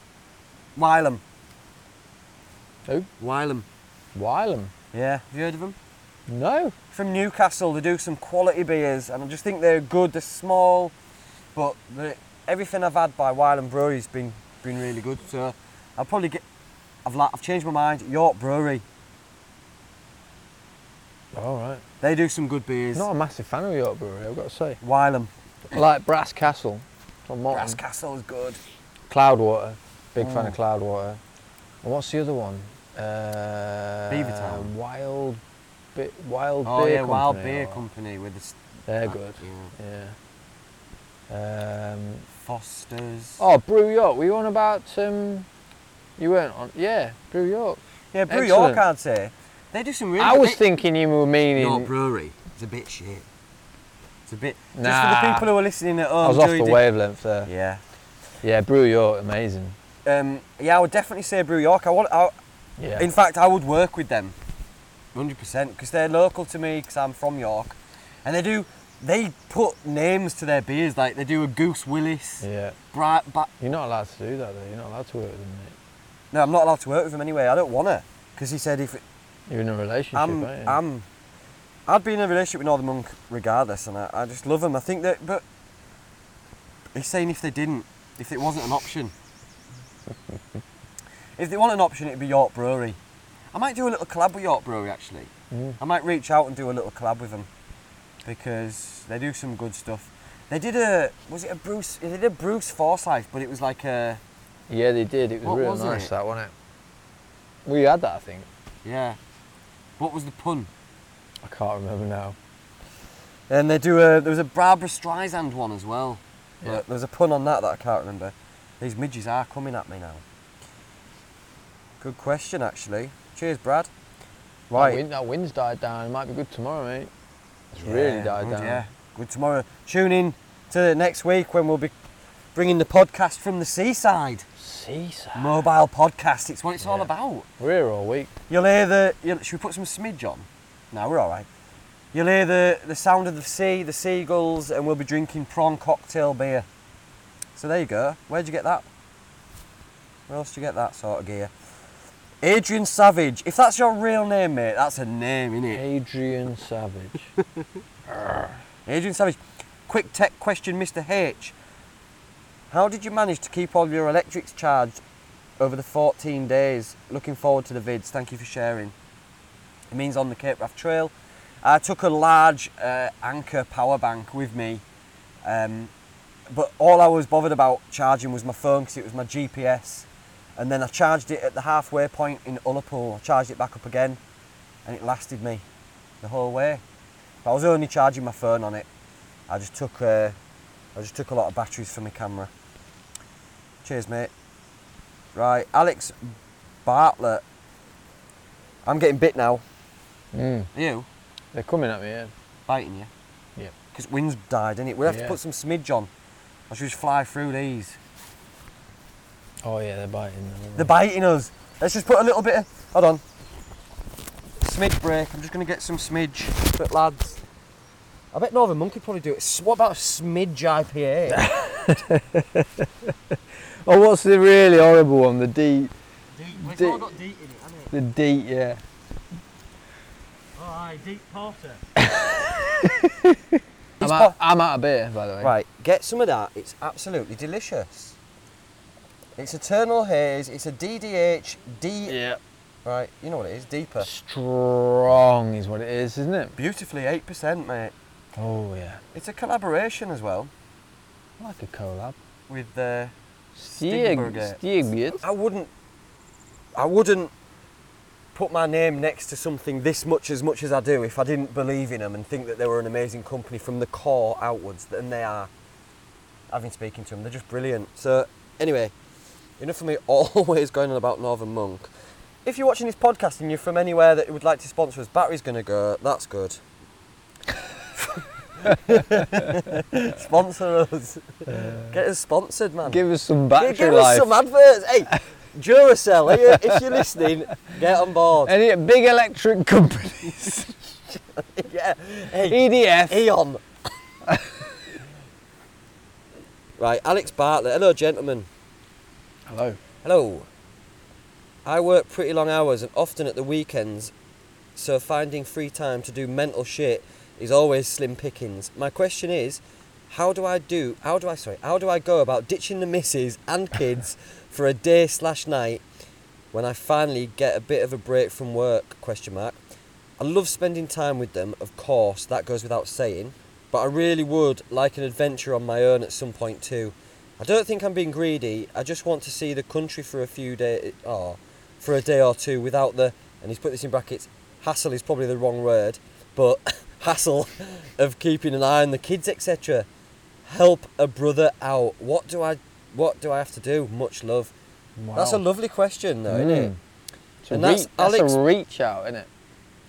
Wylam. Who? Wylam. Wylam. Yeah. Have you heard of them? No. From Newcastle, they do some quality beers, and I just think they're good. They're small, but the, everything I've had by Wylam Brewery's been been really good. So I'll probably get. I've la- I've changed my mind. York Brewery. All right. They do some good beers. Not a massive fan of York Brewery, I've got to say. Wylam. Like Brass Castle. From Morton. Brass Oh. Castle is good. Cloudwater. Big fan of Cloudwater. And what's the other one? Uh, Beavertown. Wild, Bi- Wild Oh Beer yeah, Wild Company Beer or- Company with the s- They're uh, good. yeah. Yeah. Um, Fosters. oh, Brew York. Were you on about? Um, you weren't on. Yeah, Brew York. yeah, Brew excellent. York, I'd say. They do some really. I was they- thinking you were meaning. York Brewery. It's a bit shit. It's a bit. Just for the Nah. people who are listening at home. I was off Joey the did- wavelength there. Yeah, Yeah. Brew York, amazing. Um, yeah, I would definitely say Brew York. I want. I, Yeah. In fact, I would work with them, hundred percent, because they're local to me. Because I'm from York, and they do. They put names to their beers. Like they do a Goose Willis, yeah. Bright. Ba- You're not allowed to do that though. You're not allowed to work with them, mate. No, I'm not allowed to work with him anyway. I don't want to. Because he said if You're in a relationship, I'm, aren't you? I'm, I'd be in a relationship with Northern Monk regardless, and I, I just love him. I think that, but he's saying if they didn't, if it wasn't an option, if they want an option, it'd be York Brewery. I might do a little collab with York Brewery actually. Mm. I might reach out and do a little collab with them because they do some good stuff. They did a was it a Bruce? They did a Bruce Forsyth, but it was like a Yeah, they did. It was What really was nice it? that, wasn't it? We had that, I think. yeah. What was the pun? I can't remember now. And they do a. There was a Barbara Streisand one as well. Yeah. But There was a pun on that that I can't remember. These midges are coming at me now. Good question, actually. Cheers, Brad. That, Right. wind, that wind's died down. It might be good tomorrow, mate. It's really Yeah, died good, down. Yeah. Good tomorrow. Tune in to next week when we'll be bringing the podcast from the seaside. Seaside. Mobile podcast. It's what it's all Ah. Yeah. about. We're here all week. You'll hear the. You'll, should we put some smidge on? No, we're all right. You'll hear the, the sound of the sea, the seagulls, and we'll be drinking prawn cocktail beer. So there you go. Where'd you get that? Where else do you get that sort of gear? Adrian Savage. If that's your real name, mate, that's a name, innit? Adrian Savage. Adrian Savage. Quick tech question, Mr. H. How did you manage to keep all your electrics charged over the 14 days? Looking forward to the vids. Thank you for sharing. It means on the Cape Raft Trail. I took a large uh, anchor power bank with me, um, but all I was bothered about charging was my phone because it was my GPS. And then I charged it at the halfway point in Ullapool. I charged it back up again, and it lasted me the whole way. But I was only charging my phone on it. I just took uh, I just took a lot of batteries from my camera. Cheers, mate. Right, Alex Bartlett. I'm getting bit now. mm. Are you They're coming at me, yeah. biting you? Yeah. Because wind's died, innit? We'll have to Yeah. put some smidge on. I should just fly through these. Oh, yeah, they're biting. them. They're biting us. Let's just put a little bit of. Hold on. Smidge break. I'm just going to get some smidge. But lads, I bet Northern Monkey probably do it. S- What about a smidge IPA? Oh, what's the really horrible one? The deep. it's all got deep in it, hasn't it? The deep, yeah. Alright, deep porter. I'm out, I'm out of beer, by the way. Right, get some of that. It's absolutely delicious. It's Eternal Haze. It's a DDH D. Yeah. Right, you know what it is. Deeper. Strong is what it is, isn't it? Beautifully, eight percent, mate. Oh, yeah. It's a collaboration as well I like a collab. with uh, the Stieg, Stiegenburger. Stiegbit. I wouldn't. I wouldn't put my name next to something this much as much as I do if I didn't believe in them and think that they were an amazing company from the core outwards, and they are. I've been speaking to them; they're just brilliant. So, anyway, enough of me always going on about Northern Monk. If you're watching this podcast and you're from anywhere that would like to sponsor us, Battery's going to go. That's good. sponsor us. Get us sponsored, man. Give us some Yeah, battery give life. us some adverts. Hey, Duracell, are you, if you're listening, get on board. Any big electric companies. yeah. Hey, E EDF. Eon. right, Alex Bartlett. Hello, gentlemen. Hello. Hello. I work pretty long hours and often at the weekends, so finding free time to do mental shit is always slim pickings. My question is, how do I do? How do I sorry? How do I go about ditching the missus and kids for a day slash night when I finally get a bit of a break from work? Question mark. I love spending time with them, of course, that goes without saying, but I really would like an adventure on my own at some point too. I don't think I'm being greedy. I just want to see the country for a few days, or for a day or two, without the. And he's put this in brackets. Hassle is probably the wrong word, but hassle of keeping an eye on the kids, etc. Help a brother out. What do I? What do I have to do? Much love. That's a lovely question, though, isn't it? Mm. It's a And that's reach- that's Alex- a reach out, isn't it?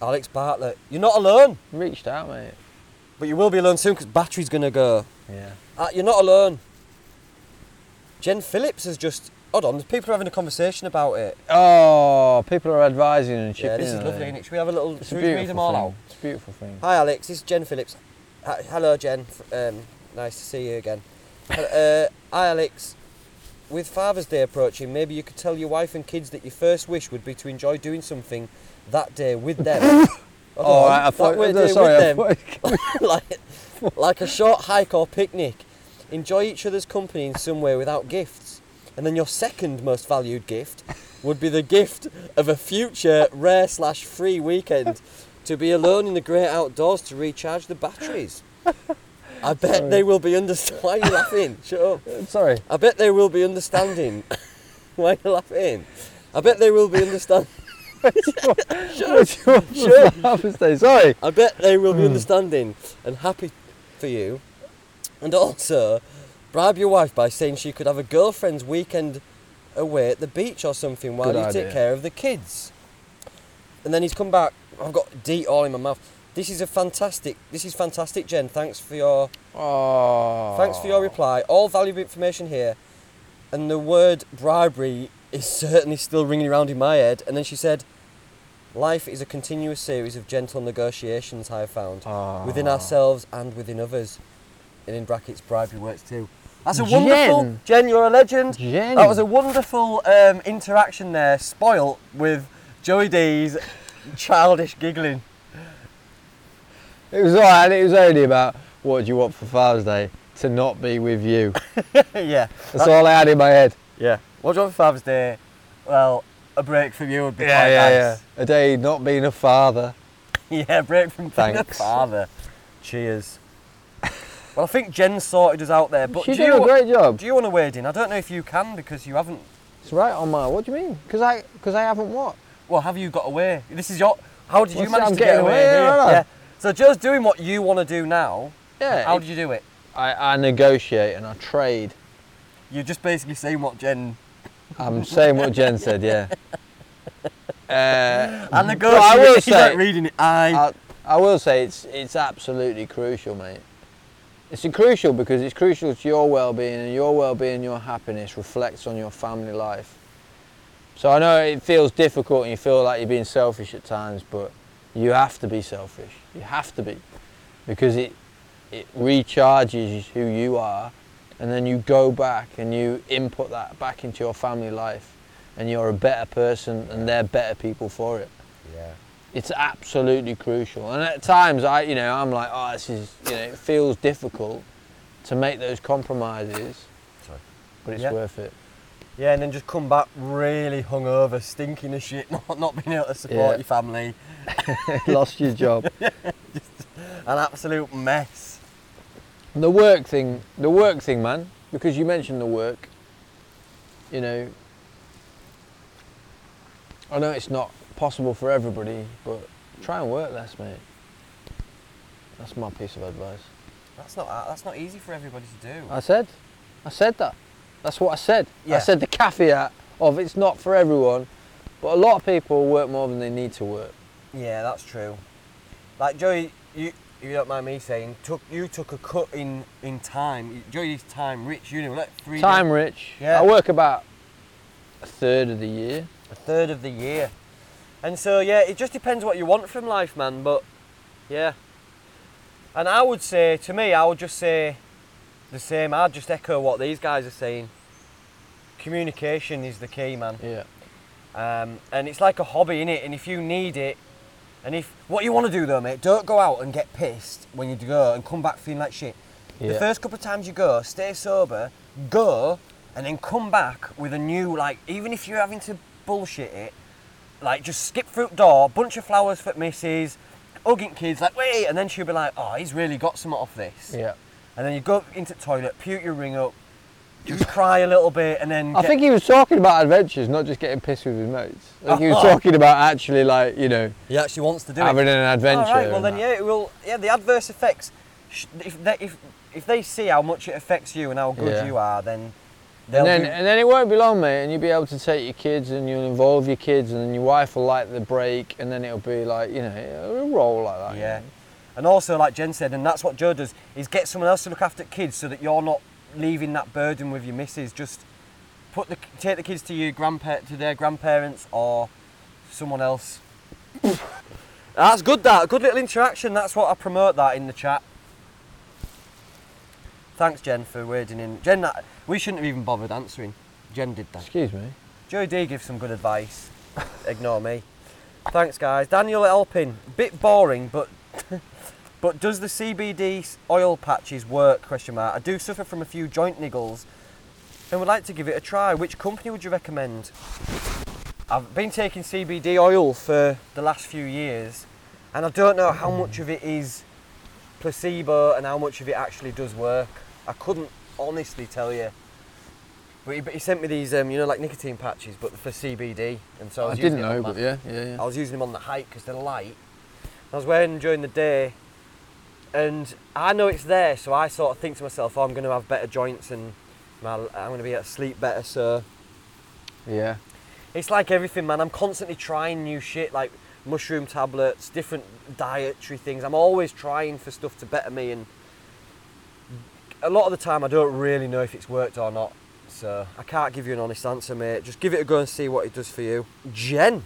Alex Bartlett, you're not alone, Reached out, mate. but you will be alone soon because battery's gonna go. Yeah. Uh, you're not alone. Jen Phillips has just. Hold on, people are having a conversation about it. Oh, people are advising and chipping. yeah, this is in, lovely, eh? isn't it? Should we have a little? It's a should we beautiful read them all thing. out? It's a beautiful thing. Hi, Alex. This is Jen Phillips. Hi, hello, Jen. F- Um, nice to see you again. Hel- uh, hi, Alex. With Father's Day approaching, maybe you could tell your wife and kids that your first wish would be to enjoy doing something that day with them. Hold oh, on, right, I that thought. way no, day sorry, with I them thought- like, like a short hike or picnic. Enjoy each other's company in some way without gifts. And then your second most valued gift would be the gift of a future rare slash free weekend to be alone in the great outdoors to recharge the batteries. I bet Sorry. they will be under. Why are you laughing? Shut up. Uh, sorry. I bet they will be understanding. Why are you laughing? I bet they will be understand. What's your sure. Father's Day? Sorry. I bet they will Hmm. be understanding and happy for you. And also, bribe your wife by saying she could have a girlfriend's weekend away at the beach or something while Good you idea. take care of the kids. And then he's come back. I've got D all in my mouth. This is a fantastic. This is fantastic, Jen. Thanks for your Oh. thanks for your reply. All valuable information here. And the word bribery is certainly still ringing around in my head. And then she said, "Life is a continuous series of gentle negotiations. I have found." Oh. within ourselves and within others. And in brackets, bribery works too. That's a Jen. wonderful, Jen. You're a legend. Jen. That was a wonderful um, interaction there, spoilt with Joey D's childish giggling. Oh. It was alright. It was only about what do you want for Father's Day to not be with you. yeah, That's all I had in my head. yeah. What do you want for Father's Day? Well, a break from you would be quite nice. A day not being a father. Yeah, yeah. break from being a Thanks. father. Cheers. well, I think Jen sorted us out there, but she do did you a great job. do you want to wade in? I don't know if you can because you haven't It's right on my. What do you mean? Because I, because I haven't what? Well, have you got away? This is your. How did you Well, manage I'm to get getting away? away, here? aren't I? Yeah. So Joe's doing what you want to do now. Yeah. How did you do it? I, I negotiate and I trade. You're just basically saying what Jen. I'm saying what Jen said. Yeah. Uh, And the but I will say, uh, reading it. I. I, I will say it's it's absolutely crucial, mate. It's crucial because it's crucial to your well-being, and your well-being, and your happiness reflects on your family life. So I know it feels difficult, and you feel like you're being selfish at times, but you have to be selfish. You have to be, because it it recharges who you are, and then you go back and you input that back into your family life, and you're a better person, and they're better people for it yeah. it's absolutely crucial. And at times, I, you know, I'm like, oh, this is, you know, it feels difficult to make those compromises, Sorry. but it's Yeah. worth it. Yeah, and then just come back really hungover, stinking as shit, not, not being able to support Yeah. your family, Lost your job. an absolute mess. the work thing, the work thing, man, because you mentioned the work. you know, I know it's not possible for everybody, but try and work less, mate. That's my piece of advice. That's not uh, that's not easy for everybody to do. I said, I said that. That's what I said. Yeah. I said the caveat of it's not for everyone, but a lot of people work more than they need to work. yeah, that's true. Like Joey, you you don't mind me saying, took you took a cut in in time. Joey's time rich. You know, like three Time rich. Yeah. I work about a third of the year. a third of the year. And so yeah, it just depends what you want from life, man. But yeah, and I would say to me, I would just say the same. I'd just echo what these guys are saying. Communication is the key, man. Yeah. Um, and it's like a hobby, innit? And if you need it, and if what you want to do though, mate, don't go out and get pissed when you go and come back feeling like shit. The Yeah. first couple of times you go, stay sober, go, and then come back with a new like. Even if you're having to bullshit it, like just skip through the door, bunch of flowers for missus, hugging kids, like wait, and then she'll be like, oh, he's really got some off this. Yeah. And then you go into the toilet, puke your ring up, you cry a little bit, and then I get- think he was talking about adventures, not just getting pissed with his mates. I think he was Uh-huh. talking about actually, like, you know, he actually wants to do it. having an adventure. All right. Well, and then that. yeah, it will. Yeah, the adverse effects. sh- If they, if if they see how much it affects you and how good Yeah. you are, then they'll And then, do- and then it won't be long, mate, and you'll be able to take your kids and you'll involve your kids, and then your wife will like the break, and then it'll be like, you know, it'll roll like that. you yeah. know. And also, like Jen said, and that's what Joe does is get someone else to look after kids so that you're not leaving that burden with your missus. Just put the take the kids to your grandpa to their grandparents or someone else. that's good. That good little interaction. That's what I promote. That in the chat. Thanks, Jen, for wading in. Jen, that, we shouldn't have even bothered answering. Jen did that. Excuse me. Joe D gives some good advice. Ignore me. Thanks, guys. Daniel Elpin, bit boring, but but does the CBD s- oil patches work? Question mark. I do suffer from a few joint niggles, and would like to give it a try. Which company would you recommend? I've been taking CBD oil for the last few years, and I don't know how much of it is placebo and how much of it actually does work. I couldn't honestly tell you. But he, but he sent me these, um, you know, like nicotine patches, but for CBD. And so I, I was using didn't it on know, my- but yeah, yeah, I yeah. was using them on the hike because they're light. I was wearing them during the day, and I know it's there, so I sort of think to myself, oh, I'm going to have better joints and my, I'm going to be able to sleep better. So Yeah. it's like everything, man. I'm constantly trying new shit, like mushroom tablets, different dietary things. I'm always trying for stuff to better me, and a lot of the time, I don't really know if it's worked or not. So I can't give you an honest answer, mate. Just give it a go and see what it does for you. Jen,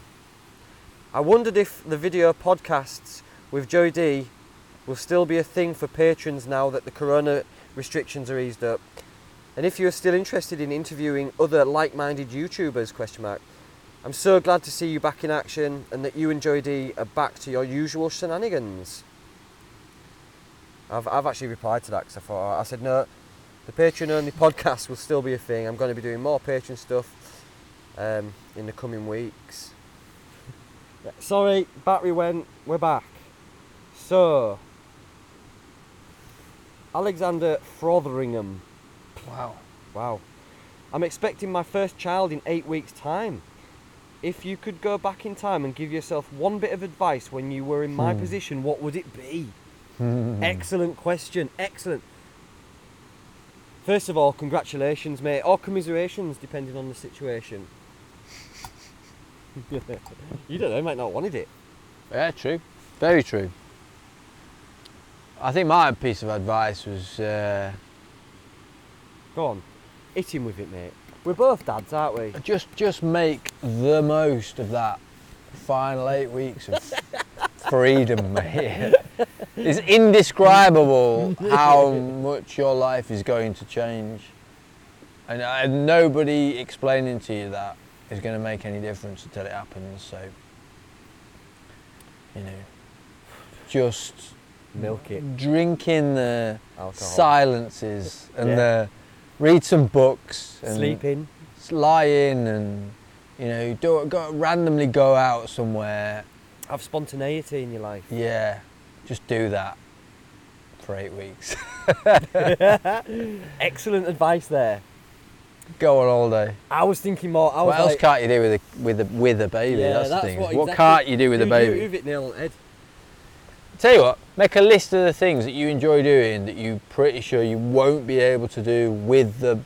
I wondered if the video podcasts with Joey D will still be a thing for patrons now that the corona restrictions are eased up. And if you are still interested in interviewing other like-minded YouTubers, question mark. I'm so glad to see you back in action and that you and Joey D are back to your usual shenanigans. I've, I've actually replied to that because I thought, I said, no, the Patreon only podcast will still be a thing. I'm going to be doing more Patreon stuff um, in the coming weeks. Yeah, Sorry, battery went, we're back. So, Alexander Frotheringham. Wow. Wow. I'm expecting my first child in eight weeks' time. If you could go back in time and give yourself one bit of advice when you were in my Hmm. position, what would it be? Mm-hmm. Excellent question. Excellent. First of all, congratulations, mate, or commiserations, depending on the situation. you don't know, you might not have wanted it. Yeah, true. Very true. I think my piece of advice was uh, Go on, hit him with it, mate. We're both dads, aren't we? just just make the most of that final eight weeks of freedom, mate. It's indescribable how much your life is going to change, and, uh, and nobody explaining to you that is going to make any difference until it happens. So, you know, just Milk it. drinking the Alcohol. silences and Yeah. the read some books and Sleep in. s- lie in and you know do go, randomly go out somewhere Have spontaneity in your life. yeah just do that for eight weeks Excellent advice there. Go on all day. I was thinking more. I was What else like, can't you do with a with a with a baby? Yeah, that's, the that's thing. what What, exactly- can't you do with a Who- baby? who- who've it nailed on the head? Tell you what, make a list of the things that you enjoy doing that you're pretty sure you won't be able to do with the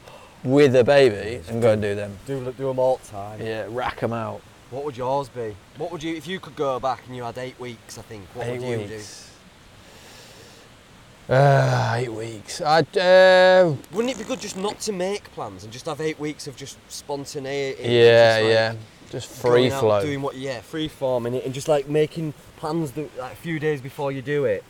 with a baby, and go and do them. Do do them all time. Yeah, rack them out. What would yours be? What would you if you could go back and you had eight weeks? I think. What eight would you weeks. Ah, eight weeks. I uh, do? Wouldn't it be good just not to make plans and just have eight weeks of just spontaneity? and yeah, just like yeah, just free going out flow. Doing what? Yeah, free form and, it- and just like making plans that, like a few days before you do it.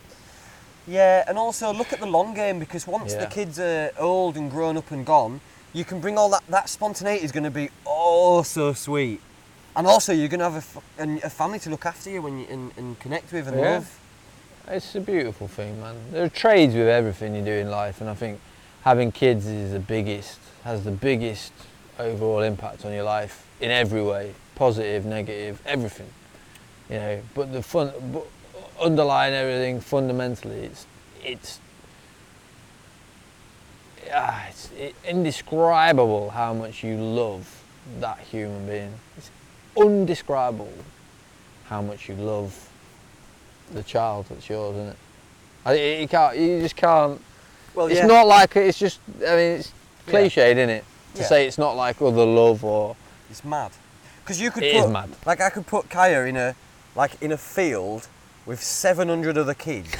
Yeah, and also look at the long game because once Yeah. the kids are old and grown up and gone, you can bring all that. That spontaneity is going to be oh so sweet, and also you're going to have a, f- an- a family to look after you when you and, and connect with and Yeah. love. It's a beautiful thing, man. There are trades with everything you do in life, and I think having kids is the biggest, has the biggest overall impact on your life in every way positive, negative, everything. You know, but the fun, but underlying everything fundamentally, it's, it's, ah, it's indescribable how much you love that human being. It's undescribable how much you love the child that's yours, isn't it? I, you can't, you just can't. Well, it's not like it's just. I mean, it's Yeah. cliched, isn't it? To Yeah. say it's not like other love or It's mad. Because you could It put is mad. like I could put Kaya in a like in a field with 700 other kids,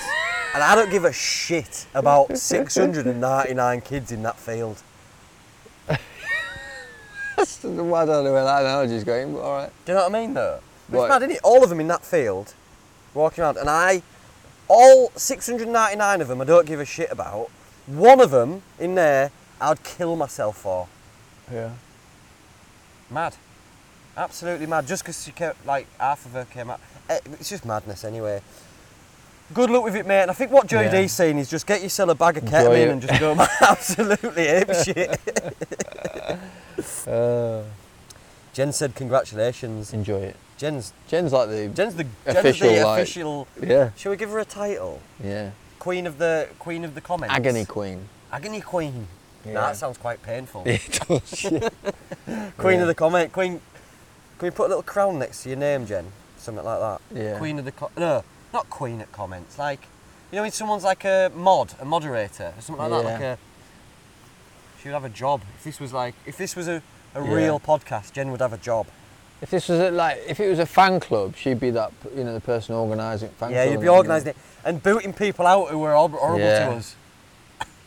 and I don't give a shit about 699 kids in that field. I don't know where that analogy's going, but all right. Do you know what I mean though? But Right. it's mad, isn't it? All of them in that field, walking around, and I, all 699 of them, I don't give a shit about. One of them in there, I'd kill myself for. Yeah. Mad. Absolutely mad. Just because she kept, like, half of her came out. Eh, It's just madness anyway. Good luck with it, mate. And I think what Jodie's Yeah. saying is just get yourself a bag of Enjoy ketamine it. and just go mad. absolutely ape shit. Uh, Jen said congratulations. enjoy it. Jen's Jen's like the. Jen's the Jen's Official, the like- official. yeah. Shall we give her a title? Yeah. Queen of the Queen of the comments. Agony queen. Agony Queen. Yeah. Nah, that sounds quite painful. It does. yeah. Queen Yeah. of the comment. Queen. Can we put a little crown next to your name, Jen? Something like that. Yeah. Queen of the co- no, not queen at comments. Like, you know, when someone's like a mod, a moderator, or something like that. Like Yeah. a. She would have a job if this was like if this was a, a Yeah. real podcast. Jen would have a job. If this was a, like, if it was a fan club, she'd be that, you know, the person organising fan yeah, club. you'd be and- organising it and booting people out who were hor- horrible Yeah. to us.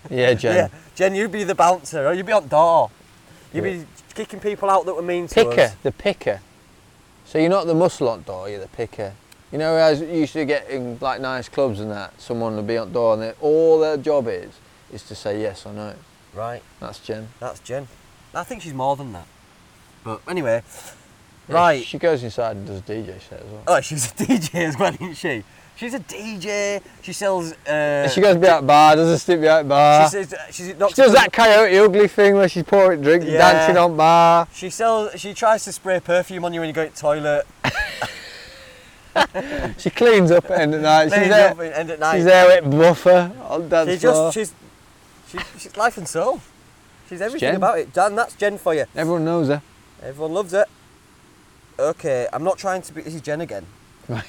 Yeah, Jen. Yeah, Jen, you'd be the bouncer, or you'd be on door. You'd Yeah. be kicking people out that were mean to Picker, us. the picker. So you're not the muscle on door, you're the picker. You know, as you used to get in like nice clubs and that, someone would be on door and they, all their job is is to say yes or no. Right. That's Jen. That's Jen. I think she's more than that. But anyway, Yeah, right. She goes inside and does a DJ set as well. Oh, she's a DJ as well, isn't she? She's a DJ. She sells. Uh, she goes behind bar, does a stick behind bar. She, She, says, uh, she's not. does that coyote ugly thing where she's pouring drink, Yeah. dancing on bar. She sells. She tries to spray perfume on you when you go to the toilet. She cleans up at the end of the night. She's lays there, up and end at night. she's there with buffer on dance She floor. just. She's. She's, she's life and soul. She's everything Jen. about it. Dan, that's Jen for you. Everyone knows her. Everyone loves it. Okay, I'm not trying to be. This is Jen again.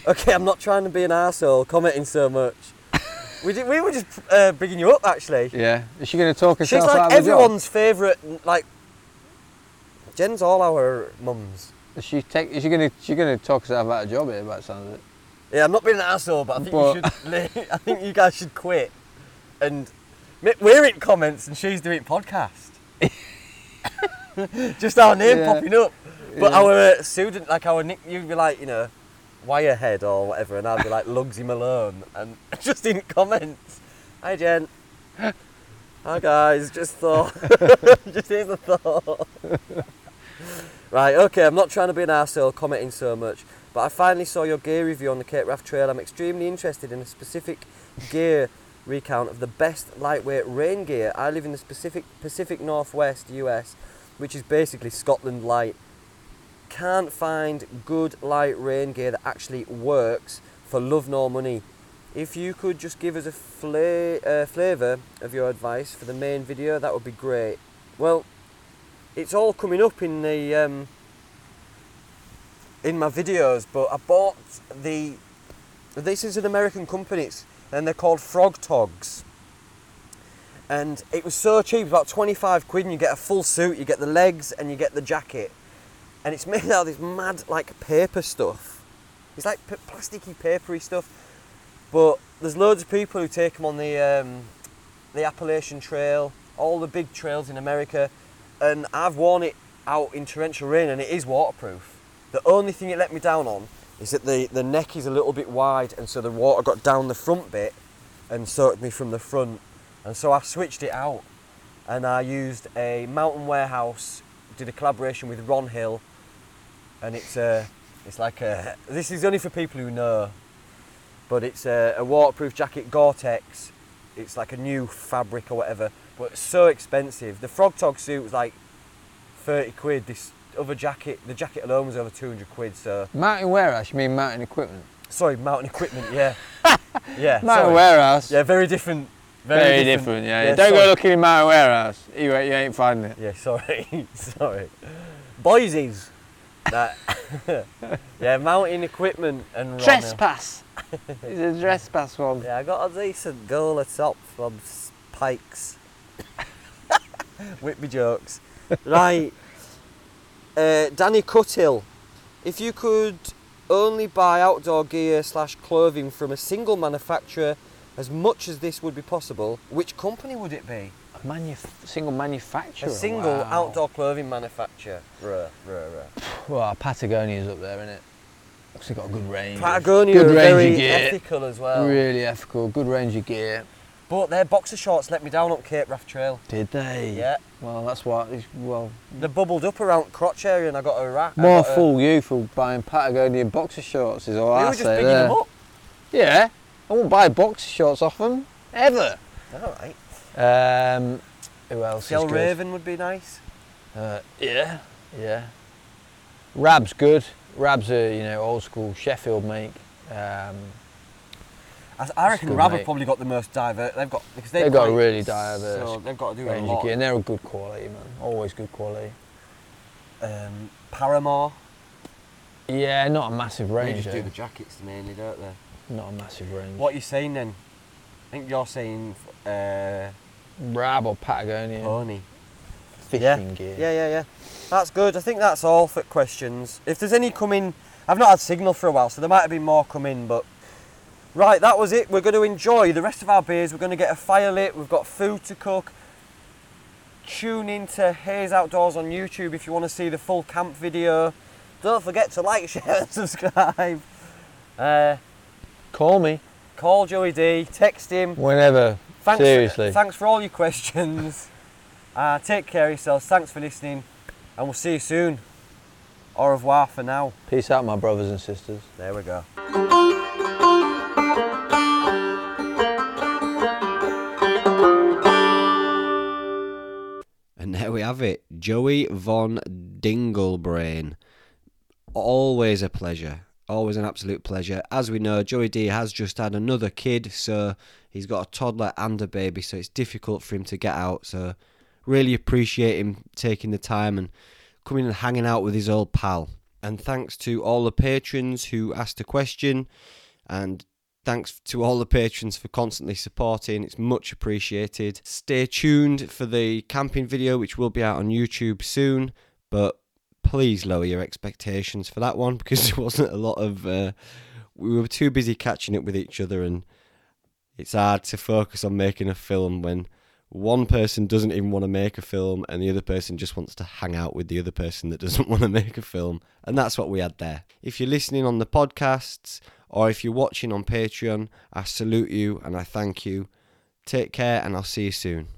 Okay, I'm not trying to be an arsehole commenting so much. we, did, we were just uh, bigging you up, actually. Yeah. Is she going to talk She's herself out like of a job? everyone's favourite. Like, Jen's all our mums. Is she take? Is she gonna? She gonna talk herself out of job here? By the sound of it. Yeah, I'm not being an asshole, but I think you But- should. li- I think you guys should quit. And mi- we're in comments, and she's doing podcast. Just our name Yeah. popping up, but Yeah. our uh, student, like our nick, you'd be like, you know, Wirehead or whatever, and I'd be like Lugsy Malone, and just in comments, hi Jen, hi guys, just thought, just here's a thought. Right, okay, I'm not trying to be an arsehole commenting so much, but I finally saw your gear review on the Cape Raft Trail. I'm extremely interested in a specific gear recount of the best lightweight rain gear. I live in the Pacific, Pacific Northwest US, which is basically Scotland light. Can't find good light rain gear that actually works for love nor money. If you could just give us a fla- uh, flavour of your advice for the main video, that would be great. Well, it's all coming up in the um, in my videos. But I bought the this is an American company, it's, and they're called Frog Togs. And it was so cheap, about twenty five quid, and you get a full suit, you get the legs, and you get the jacket, and it's made out of this mad like paper stuff. It's like p- plasticky, papery stuff. But there's loads of people who take them on the um, the Appalachian Trail, all the big trails in America, and I've worn it out in torrential rain, and it is waterproof. The only thing it let me down on is that the, the neck is a little bit wide, and so the water got down the front bit and soaked me from the front, and so I switched it out, and I used a Mountain Warehouse, did a collaboration with Ron Hill, and it's a it's like a this is only for people who know but it's a, a waterproof jacket, Gore-Tex. It's like a new fabric or whatever, but it's so expensive. The frog tog suit was like 30 quid. This other jacket, the jacket alone was over 200 quid. So Mountain warehouse, you mean mountain equipment? sorry, mountain equipment. Yeah, yeah. Mountain sorry. warehouse. Yeah, very different. very, different. yeah. Don't sorry. go looking in mountain warehouse. You, ain't- you ain't finding it. Yeah, sorry, sorry. Boises. That. yeah, mountain equipment and Ron Hill. Trespass. it's a trespass one. Yeah, I got a decent goal at top from Spikes. Whitby jokes. Right. Uh, Danny Cuthill, if you could only buy outdoor gear slash clothing from a single manufacturer as much as this would be possible, which company would it be? A manuf- single manufacturer. A single wow. outdoor clothing manufacturer. Ruh, ruh, ruh. Well, Patagonia's up there, isn't it? Looks like got a good range. Patagonia Good are range of very gear. ethical as well. Really ethical. Good range of gear. But their boxer shorts let me down up Cape Raft Trail. Did they? Yeah. Well, that's why. it's- Well, They bubbled up around crotch area and I got a rack. I more got a- fool you for buying Patagonia boxer shorts is all We I were say just picking there. them up. Yeah. I won't buy boxer shorts off them ever. All right. Um, who else? Del is good? Raven would be nice. Uh, yeah, yeah. Rab's good. Rab's a you know old school Sheffield make. Um, I, I reckon good, Rab have mate. probably got the most diverse. They've got because They've got a play- really diverse So they've got to do a range of lot. gear, and they're a good quality man. Always good quality. Um, Paramore. Yeah, not a massive They range. just do though. the jackets mainly, don't they? Not a massive range. What are you saying then? I think you're saying uh, Rab or Patagonia Oni. fishing yeah. gear. Yeah, yeah, yeah. That's good. I think that's all for questions. If there's any coming, I've not had signal for a while, so there might have been more coming, but. Right, that was it. We're going to enjoy the rest of our beers. We're going to get a fire lit. We've got food to cook. Tune in to Hayes Outdoors on YouTube if you want to see the full camp video. Don't forget to like, share, and subscribe. Uh, Call me call Joey D, text him. whenever. Thanks, Seriously. Thanks for all your questions. Uh, take care of yourselves. Thanks for listening. And we'll see you soon. Au revoir for now. Peace out, my brothers and sisters. There we go. And there we have it, Joey Von Dinglebrain. Always a pleasure. Always an absolute pleasure. As we know, Joey D has just had another kid, so he's got a toddler and a baby, so it's difficult for him to get out. So, really appreciate him taking the time and coming and hanging out with his old pal. And thanks to all the patrons who asked a question, and Thanks to all the patrons for constantly supporting. It's much appreciated. Stay tuned for the camping video, which will be out on YouTube soon. But please lower your expectations for that one because there wasn't a lot of. Uh, we were too busy catching up with each other, and it's hard to focus on making a film when one person doesn't even want to make a film and the other person just wants to hang out with the other person that doesn't want to make a film. And that's what we had there. If you're listening on the podcasts or if you're watching on Patreon, I salute you and I thank you. Take care and I'll see you soon.